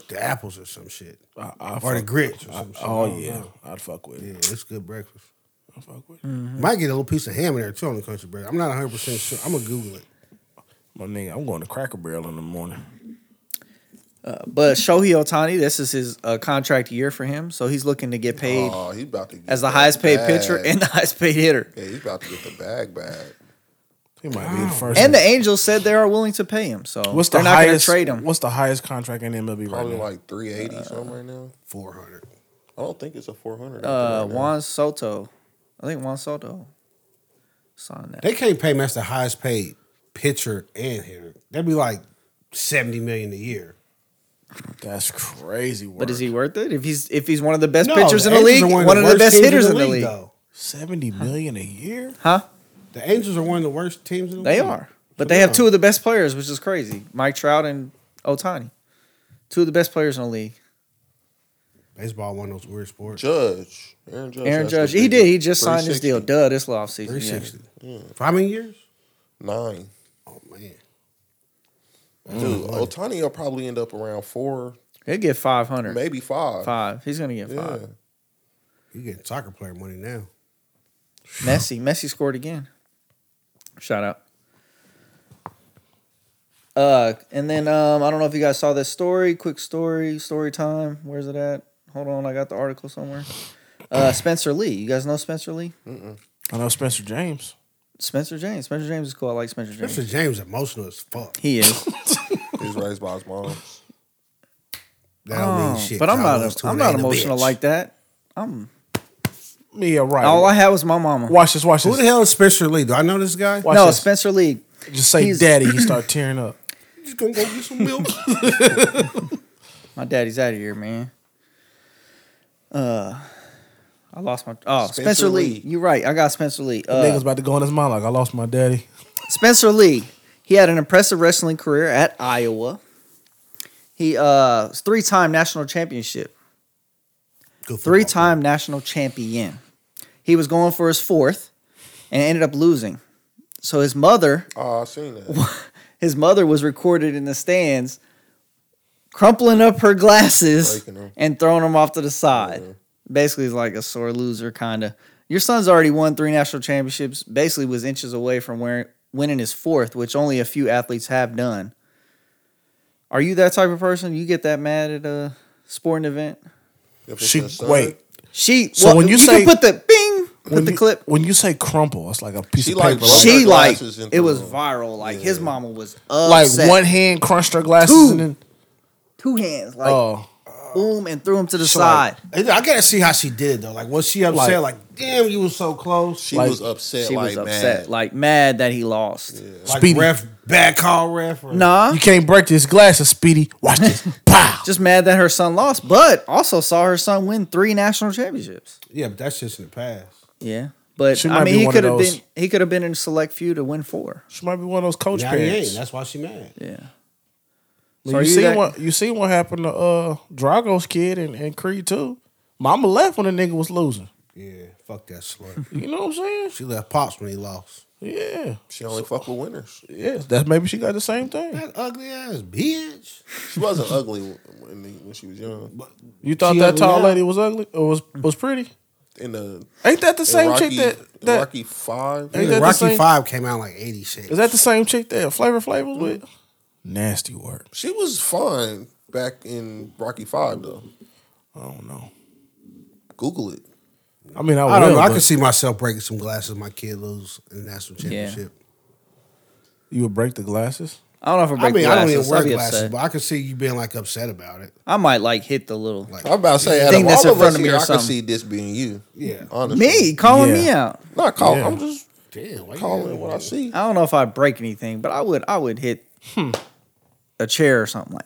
the apples or some shit. I, I Or the fuck- grits or some shit. I Oh, don't yeah. know. I'd fuck with Yeah, it. it's good breakfast. I fuck with it. Mm-hmm. Might get a little piece of ham in there too on the country bread. I'm not 100 percent sure. I'm gonna Google it. My nigga, I'm going to Cracker Barrel in the morning. But Shohei Otani, this is his uh, contract year for him, so he's looking to get paid Oh, he's about to get as the that highest paid bag. pitcher and the highest paid hitter. yeah, he's about to get the bag back. He might be the first. And the Angels said they are willing to pay him, so what's the they're not going to highest? trade him. What's the highest contract in MLB right Probably now? like three eighty something right now. 400. I don't think it's a four hundred. Uh, Juan Soto, I think Juan Soto signed that. They can't pay him as the highest paid pitcher and hitter. That'd be like 70 million a year. That's crazy. Work. But is he worth it? If he's if he's one of the best No, pitchers in the Angels league, are one, of the worst best teams hitters in the league, though. seventy million a year? huh? The Angels are one of the worst teams in the They league. are, but they have two of the best players, which is crazy. Mike Trout and Otani, two of the best players in the league. Baseball one of those weird sports. Judge. Aaron Judge. Aaron has Judge, the he biggest. did. He just signed his deal. 360. Duh, this offseason. Yeah. Mm. 360. For how many years? Nine. Oh man. Dude, Mm-hmm. Otani will probably end up around four, He'll get 500. maybe five. Five. He's going to get Yeah. five. You getting soccer player money now. Messi. Messi scored again. Shout out. Uh, and then um, I don't know if you guys saw this story. Quick story, story time. Where's it at? Hold on, I got the article somewhere. Uh, Spencer Lee. You guys know Spencer Lee? I know Spencer James. Spencer James. Spencer James is cool. I like Spencer James. Mr. James emotional as fuck. He is. (laughs) He's raised by his mom. That don't mean Oh, shit. but I'm 'cause I not. was A, too I'm not late a emotional bitch. like that. I'm. Yeah, right. All I had was my mama. watch this. Watch Who the this. hell is Spencer Lee? Do I know this guy? Watch no, this. Spencer Lee. Just say he's- daddy. You start (clears throat) tearing up. Just gonna go get some (laughs) milk. My daddy's out of here, man. Uh, I lost my. Oh, Spencer, Spencer Lee. Lee. You're right. I got Spencer Lee. Nigga's Uh, about to go on his monologue. I lost my daddy. Spencer Lee. He had an impressive wrestling career at Iowa. He uh was three-time national championship. Good for him. Three-time national champion. He was going for his fourth, and ended up losing. So his mother Oh, I seen that. his mother was recorded in the stands crumpling up her glasses Breaking 'em. and throwing them off to the side. Mm-hmm. Basically, it's like a sore loser kind of. Your son's already won three national championships, basically was inches away from where, winning his fourth, which only a few athletes have done. Are you that type of person? You get that mad at a sporting event? If it's She your son, wait. She So well, when you she say- can put the bing, put When the you, clip. When you say crumple, it's like a piece She of like paper. bro- Like, She her like glasses and it was throw 'em. viral. Like his Yeah. mama was like upset. one hand crunched her glasses Two. and then two hands, like oh boom, and threw him to the She side. like- I gotta see how she did it, though. Like, was she upset? Like- Like, damn, you was so close. She Like- was upset. she like, was upset, Mad. like mad that he lost. Like, Speedy. ref, bad call, ref. Or, Nah, you can't break this glasses, Speedy. Watch (laughs) this. Pow. just mad that her son lost, but also saw her son win three national championships. Yeah, but that's just in the past. Yeah, but She I might mean, be he one could have of those- been he could have been in a select few to win four. She might be one of those coach Now he ain't. parents. That's why she mad. Yeah, Well, So are you you seen that- what you seen what happened to uh Drago's kid and, and Creed too. Mama left when the nigga was losing. Yeah, fuck that slut. (laughs) You know what I'm saying? she left pops when he lost. Yeah, She only fuck with winners. yeah. That's maybe she got the same thing. That ugly ass bitch. She wasn't ugly when, when she was young. But You thought She that ugly tall now. lady was ugly or was was pretty? In the Ain't that the in same Rocky, chick that that is Rocky Five. Ain't Yeah, that the Rocky same- Five came out like eighty shit. that the same chick that Flavor Flav was with? Nasty work. She was fine back in Rocky Five though. I don't know. Google it. I mean, I, I don't know. I can could see see myself breaking some glasses. My kid lose in the national championship. you would break the glasses. I don't know if I I break mean, I glasses. don't even wear I'd be glasses, upset. but I could see you being like upset about it. I might like hit the little Like, I'm about to say, out Thing of that's all in of front us of me here, or I could something. see this being you. Yeah. (laughs) honestly. me calling me Yeah. out. Not call. Yeah. I'm just damn, why you calling doing what I that? see. I don't know if I'd break anything, but I would I would hit a chair or something like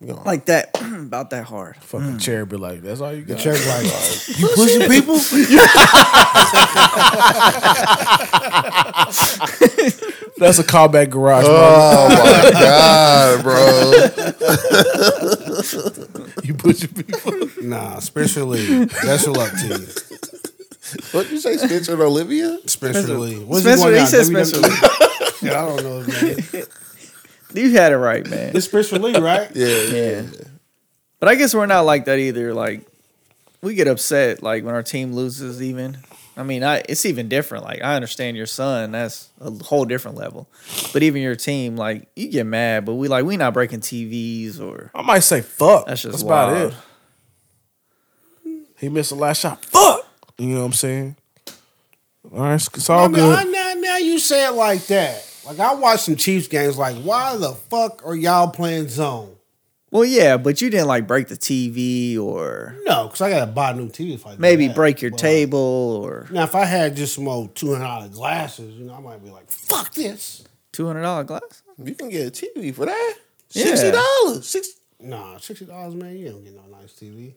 You know, like that (clears throat) about that hard. Fucking chair be like, that's all you got. (laughs) Church like, you pushing people? (laughs) That's a callback garage. Uh. oh my god, bro! (laughs) bro. You push people. nah, Spencer Lee. Best of luck to you. What you (laughs) say, Spencer and Olivia? Spencer Lee. What's Spencer, going he on? said WWE? Spencer. Lee. E? (laughs) Yeah, I don't know his name. You had it right, man. It's (laughs) Spencer Lee, right? Yeah, Yeah. But I guess we're not like that either. Like we get upset like when our team loses even. I mean, I it's even different. Like I understand your son, that's a whole different level. But even your team, like you get mad, but we like we not breaking TVs or I might say fuck. That's just wild. about it. He missed the last shot. Fuck. You know what I'm saying? All right, it's, it's all I mean, I, good. now, now you say it like that. Like I watched some Chiefs games. Like, why the fuck are y'all playing zone? well, yeah, but you didn't like break the TV or No, because I gotta buy a new TV if I do maybe that. break your But, table or Now, if I had just some old two hundred dollar glasses, you know, I might be like, fuck this. two hundred dollar glass. you can get a TV for that. Yeah. Sixty dollars. Six. Nah, sixty dollars, man. You don't get no nice TV.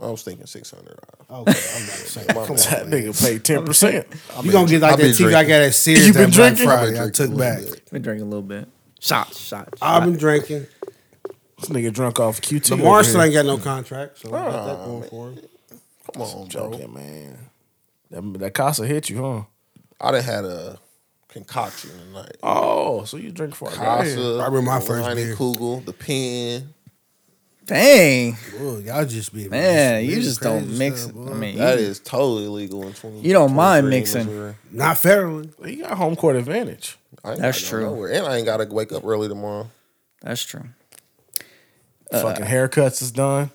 I was thinking (laughs) six hundred. Okay, I'm about to say, come (laughs) on, That man. nigga paid (laughs) ten percent. You gonna get like I've that been TV I drinking. got at Sears You that been Black drinking? Friday. I took back. Been drinking a little bit. Shots, shots. I've shots. been drinking. This nigga drunk off QT. The over Marshall here. ain't got no contract, so we got that going for him. Come on, bro. joking, man. That, that Casa hit you, huh? I done had a concoction tonight. Oh, so you drink for a Casa, I remember my the first Lion and beer. Kugel, the pen. Dang, Ooh, Oh, y'all just be man, you really just don't crazy mix. stuff, it. boy. I mean, That you- is totally illegal in twenty. Mm-hmm. You don't mind 23 mixing. Missouri. Not federally. You got home court advantage. I ain't That's gotta go true. nowhere. And I ain't got to wake up early tomorrow. that's true. Fucking haircuts is done.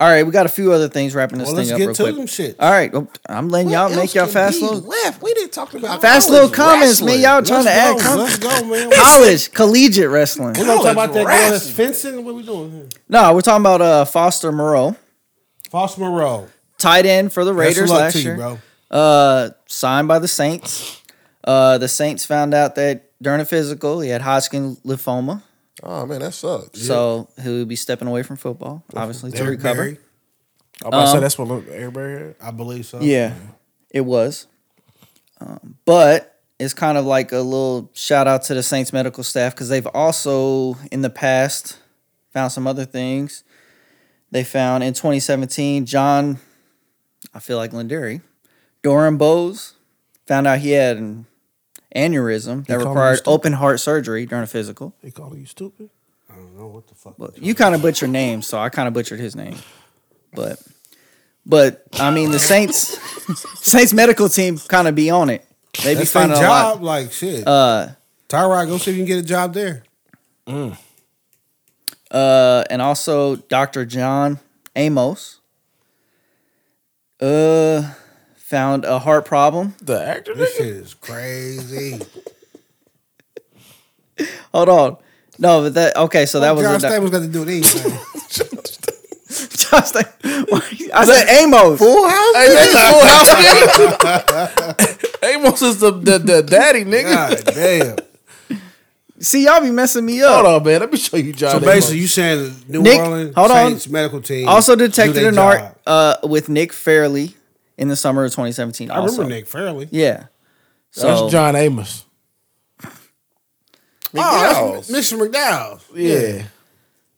All right, we got a few other things wrapping this Well, thing let's up get real to quick. them shit. All right, well, I'm letting y'all What make else y'all can fast be little left. We didn't talk about fast college little comments, man. wrestling. Y'all trying to add Let's go. comments. Let's go, (laughs) man. College, collegiate wrestling. We're gonna talk about that girl that's wrestling. fencing. What we doing? Here? No, we're talking about uh, Foster Moreau, Foster Moreau. tight end for the Best of Raiders luck last to you, year. bro. uh, signed by the Saints. Uh, the Saints found out that during a physical, he had Hodgkin lymphoma, Oh man, that sucks. so he would be stepping away from football, obviously to Derrick recover. Barry, I'm about to Um. say that's what look, everybody had. I believe so. Yeah, it was. Um, but it's kind of like a little shout out to the Saints medical staff because they've also in the past found some other things. They found in 2017 John, I feel like Lindari, Doran Bowes found out he had an aneurysm that called him required stupid? open heart surgery during a physical. They calling you stupid. I don't know what the fuck. Well, you kind of butchered names, so I kind of butchered his name. But, but I mean, the Saints, (laughs) Saints medical team kind of be on it. They be That's their finding a lot. job. Like shit. Uh, Tyrod, go see if you can get a job there. uh, and also Dr. John Amos, uh, found a heart problem. The actor. This shit is (laughs) crazy. Hold on, no, but that okay. So that was John a doc- Stamos got to do with anything. John (laughs) Stamos. I said Amos. Full house. Hey, that's full house, nigga. (laughs) Amos is the, the, the daddy, nigga. God damn. See, y'all be messing me up. Hold on, man. Let me show you John. So Amos. basically, you saying New Nick, Orleans hold on. Saints medical team Also do detected their an job. art uh, with Nick Fairley in the summer of 2017. I remember also. Nick Fairley. Yeah. that's So John Amos. Oh, McDowell's. Mr. McDowell. Yeah.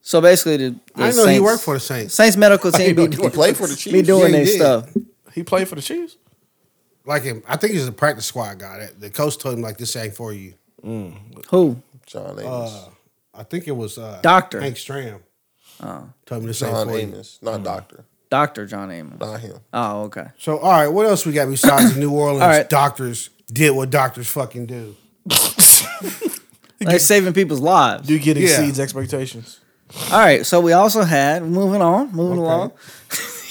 so basically, the, the I didn't know Saints, he worked for the Saints. Saints medical team know be, he He played for the be Chiefs. doing Yeah, their he did. stuff. He played for the Chiefs. Like him, I think he's a practice squad guy. That- The coach told him like this ain't for you. Who? Uh, John Amos. I think it was uh, Doctor. Hank Stram. Oh, told me this ain't John for you. Amos, Mm. not doctor. Doctor John Amos. Not him. Oh, okay. So all right, what else we got (coughs) besides the New Orleans All right. doctors did what doctors fucking do? Like saving people's lives. You get Yeah. exceeds expectations. All right. So we also had moving on, moving along. (laughs)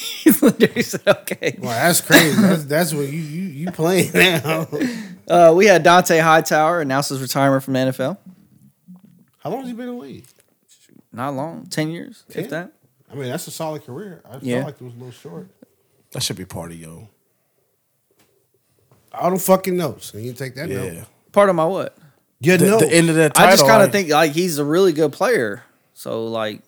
He said, okay. Well, (laughs) that's crazy. that's, that's what you you you playing now. Uh, we had Dante Hightower announce his retirement from the NFL. How long has he been in the league? Not long, ten years, if Yeah. that. I mean, that's a solid career. I Yeah. felt like it was a little short. That should be part of yo. I don't fucking know. So you can take that Yeah. note. Part of my what? You The, know, the end of that title. I just kind like, of think like he's a really good player. So like,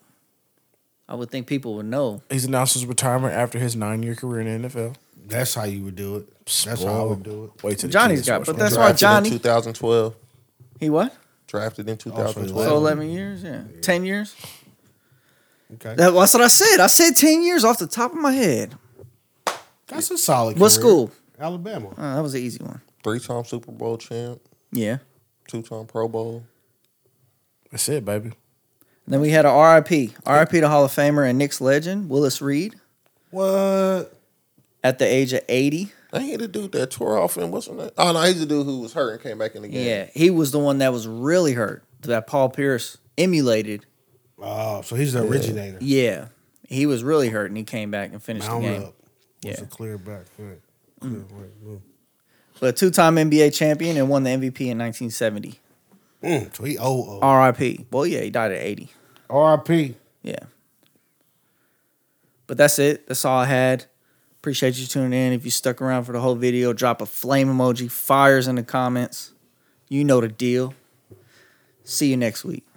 I would think people would know. he's announced his retirement after his nine-year career in the NFL. that's how you would do it. That's how I would do it. Wait till the Johnny's Chiefs got- watch but one. that's why Johnny- In 2012. He what? Drafted in So 2012. Eleven. eleven years, yeah, ten years. Okay, That, that's what I said. I said ten years off the top of my head. that's a solid. What career. school? Alabama. Oh, that was an easy one. Three-time Super Bowl champ. Yeah. Two-time Pro Bowl. That's it, baby. And then we had a RIP, RIP to Hall of Famer and Knicks legend Willis Reed What? at the age of eighty. I hear the dude that tore off and what's on that? Oh no, he's the dude who was hurt and came back in the game. Yeah, he was the one that was really hurt that Paul Pierce emulated. Oh, so he's the originator. Yeah, he was really hurt and he came back and finished the Mound game. up. Was Yeah. Mm. a clear back. Right. Clear right move. But two-time NBA champion and won the MVP in 1970. Mm, so he old. old. R.I.P. Well, yeah, he died at 80. R.I.P. Yeah. But that's it. That's all I had. Appreciate you tuning in. If you stuck around for the whole video, drop a flame emoji, fires in the comments. You know the deal. See you next week.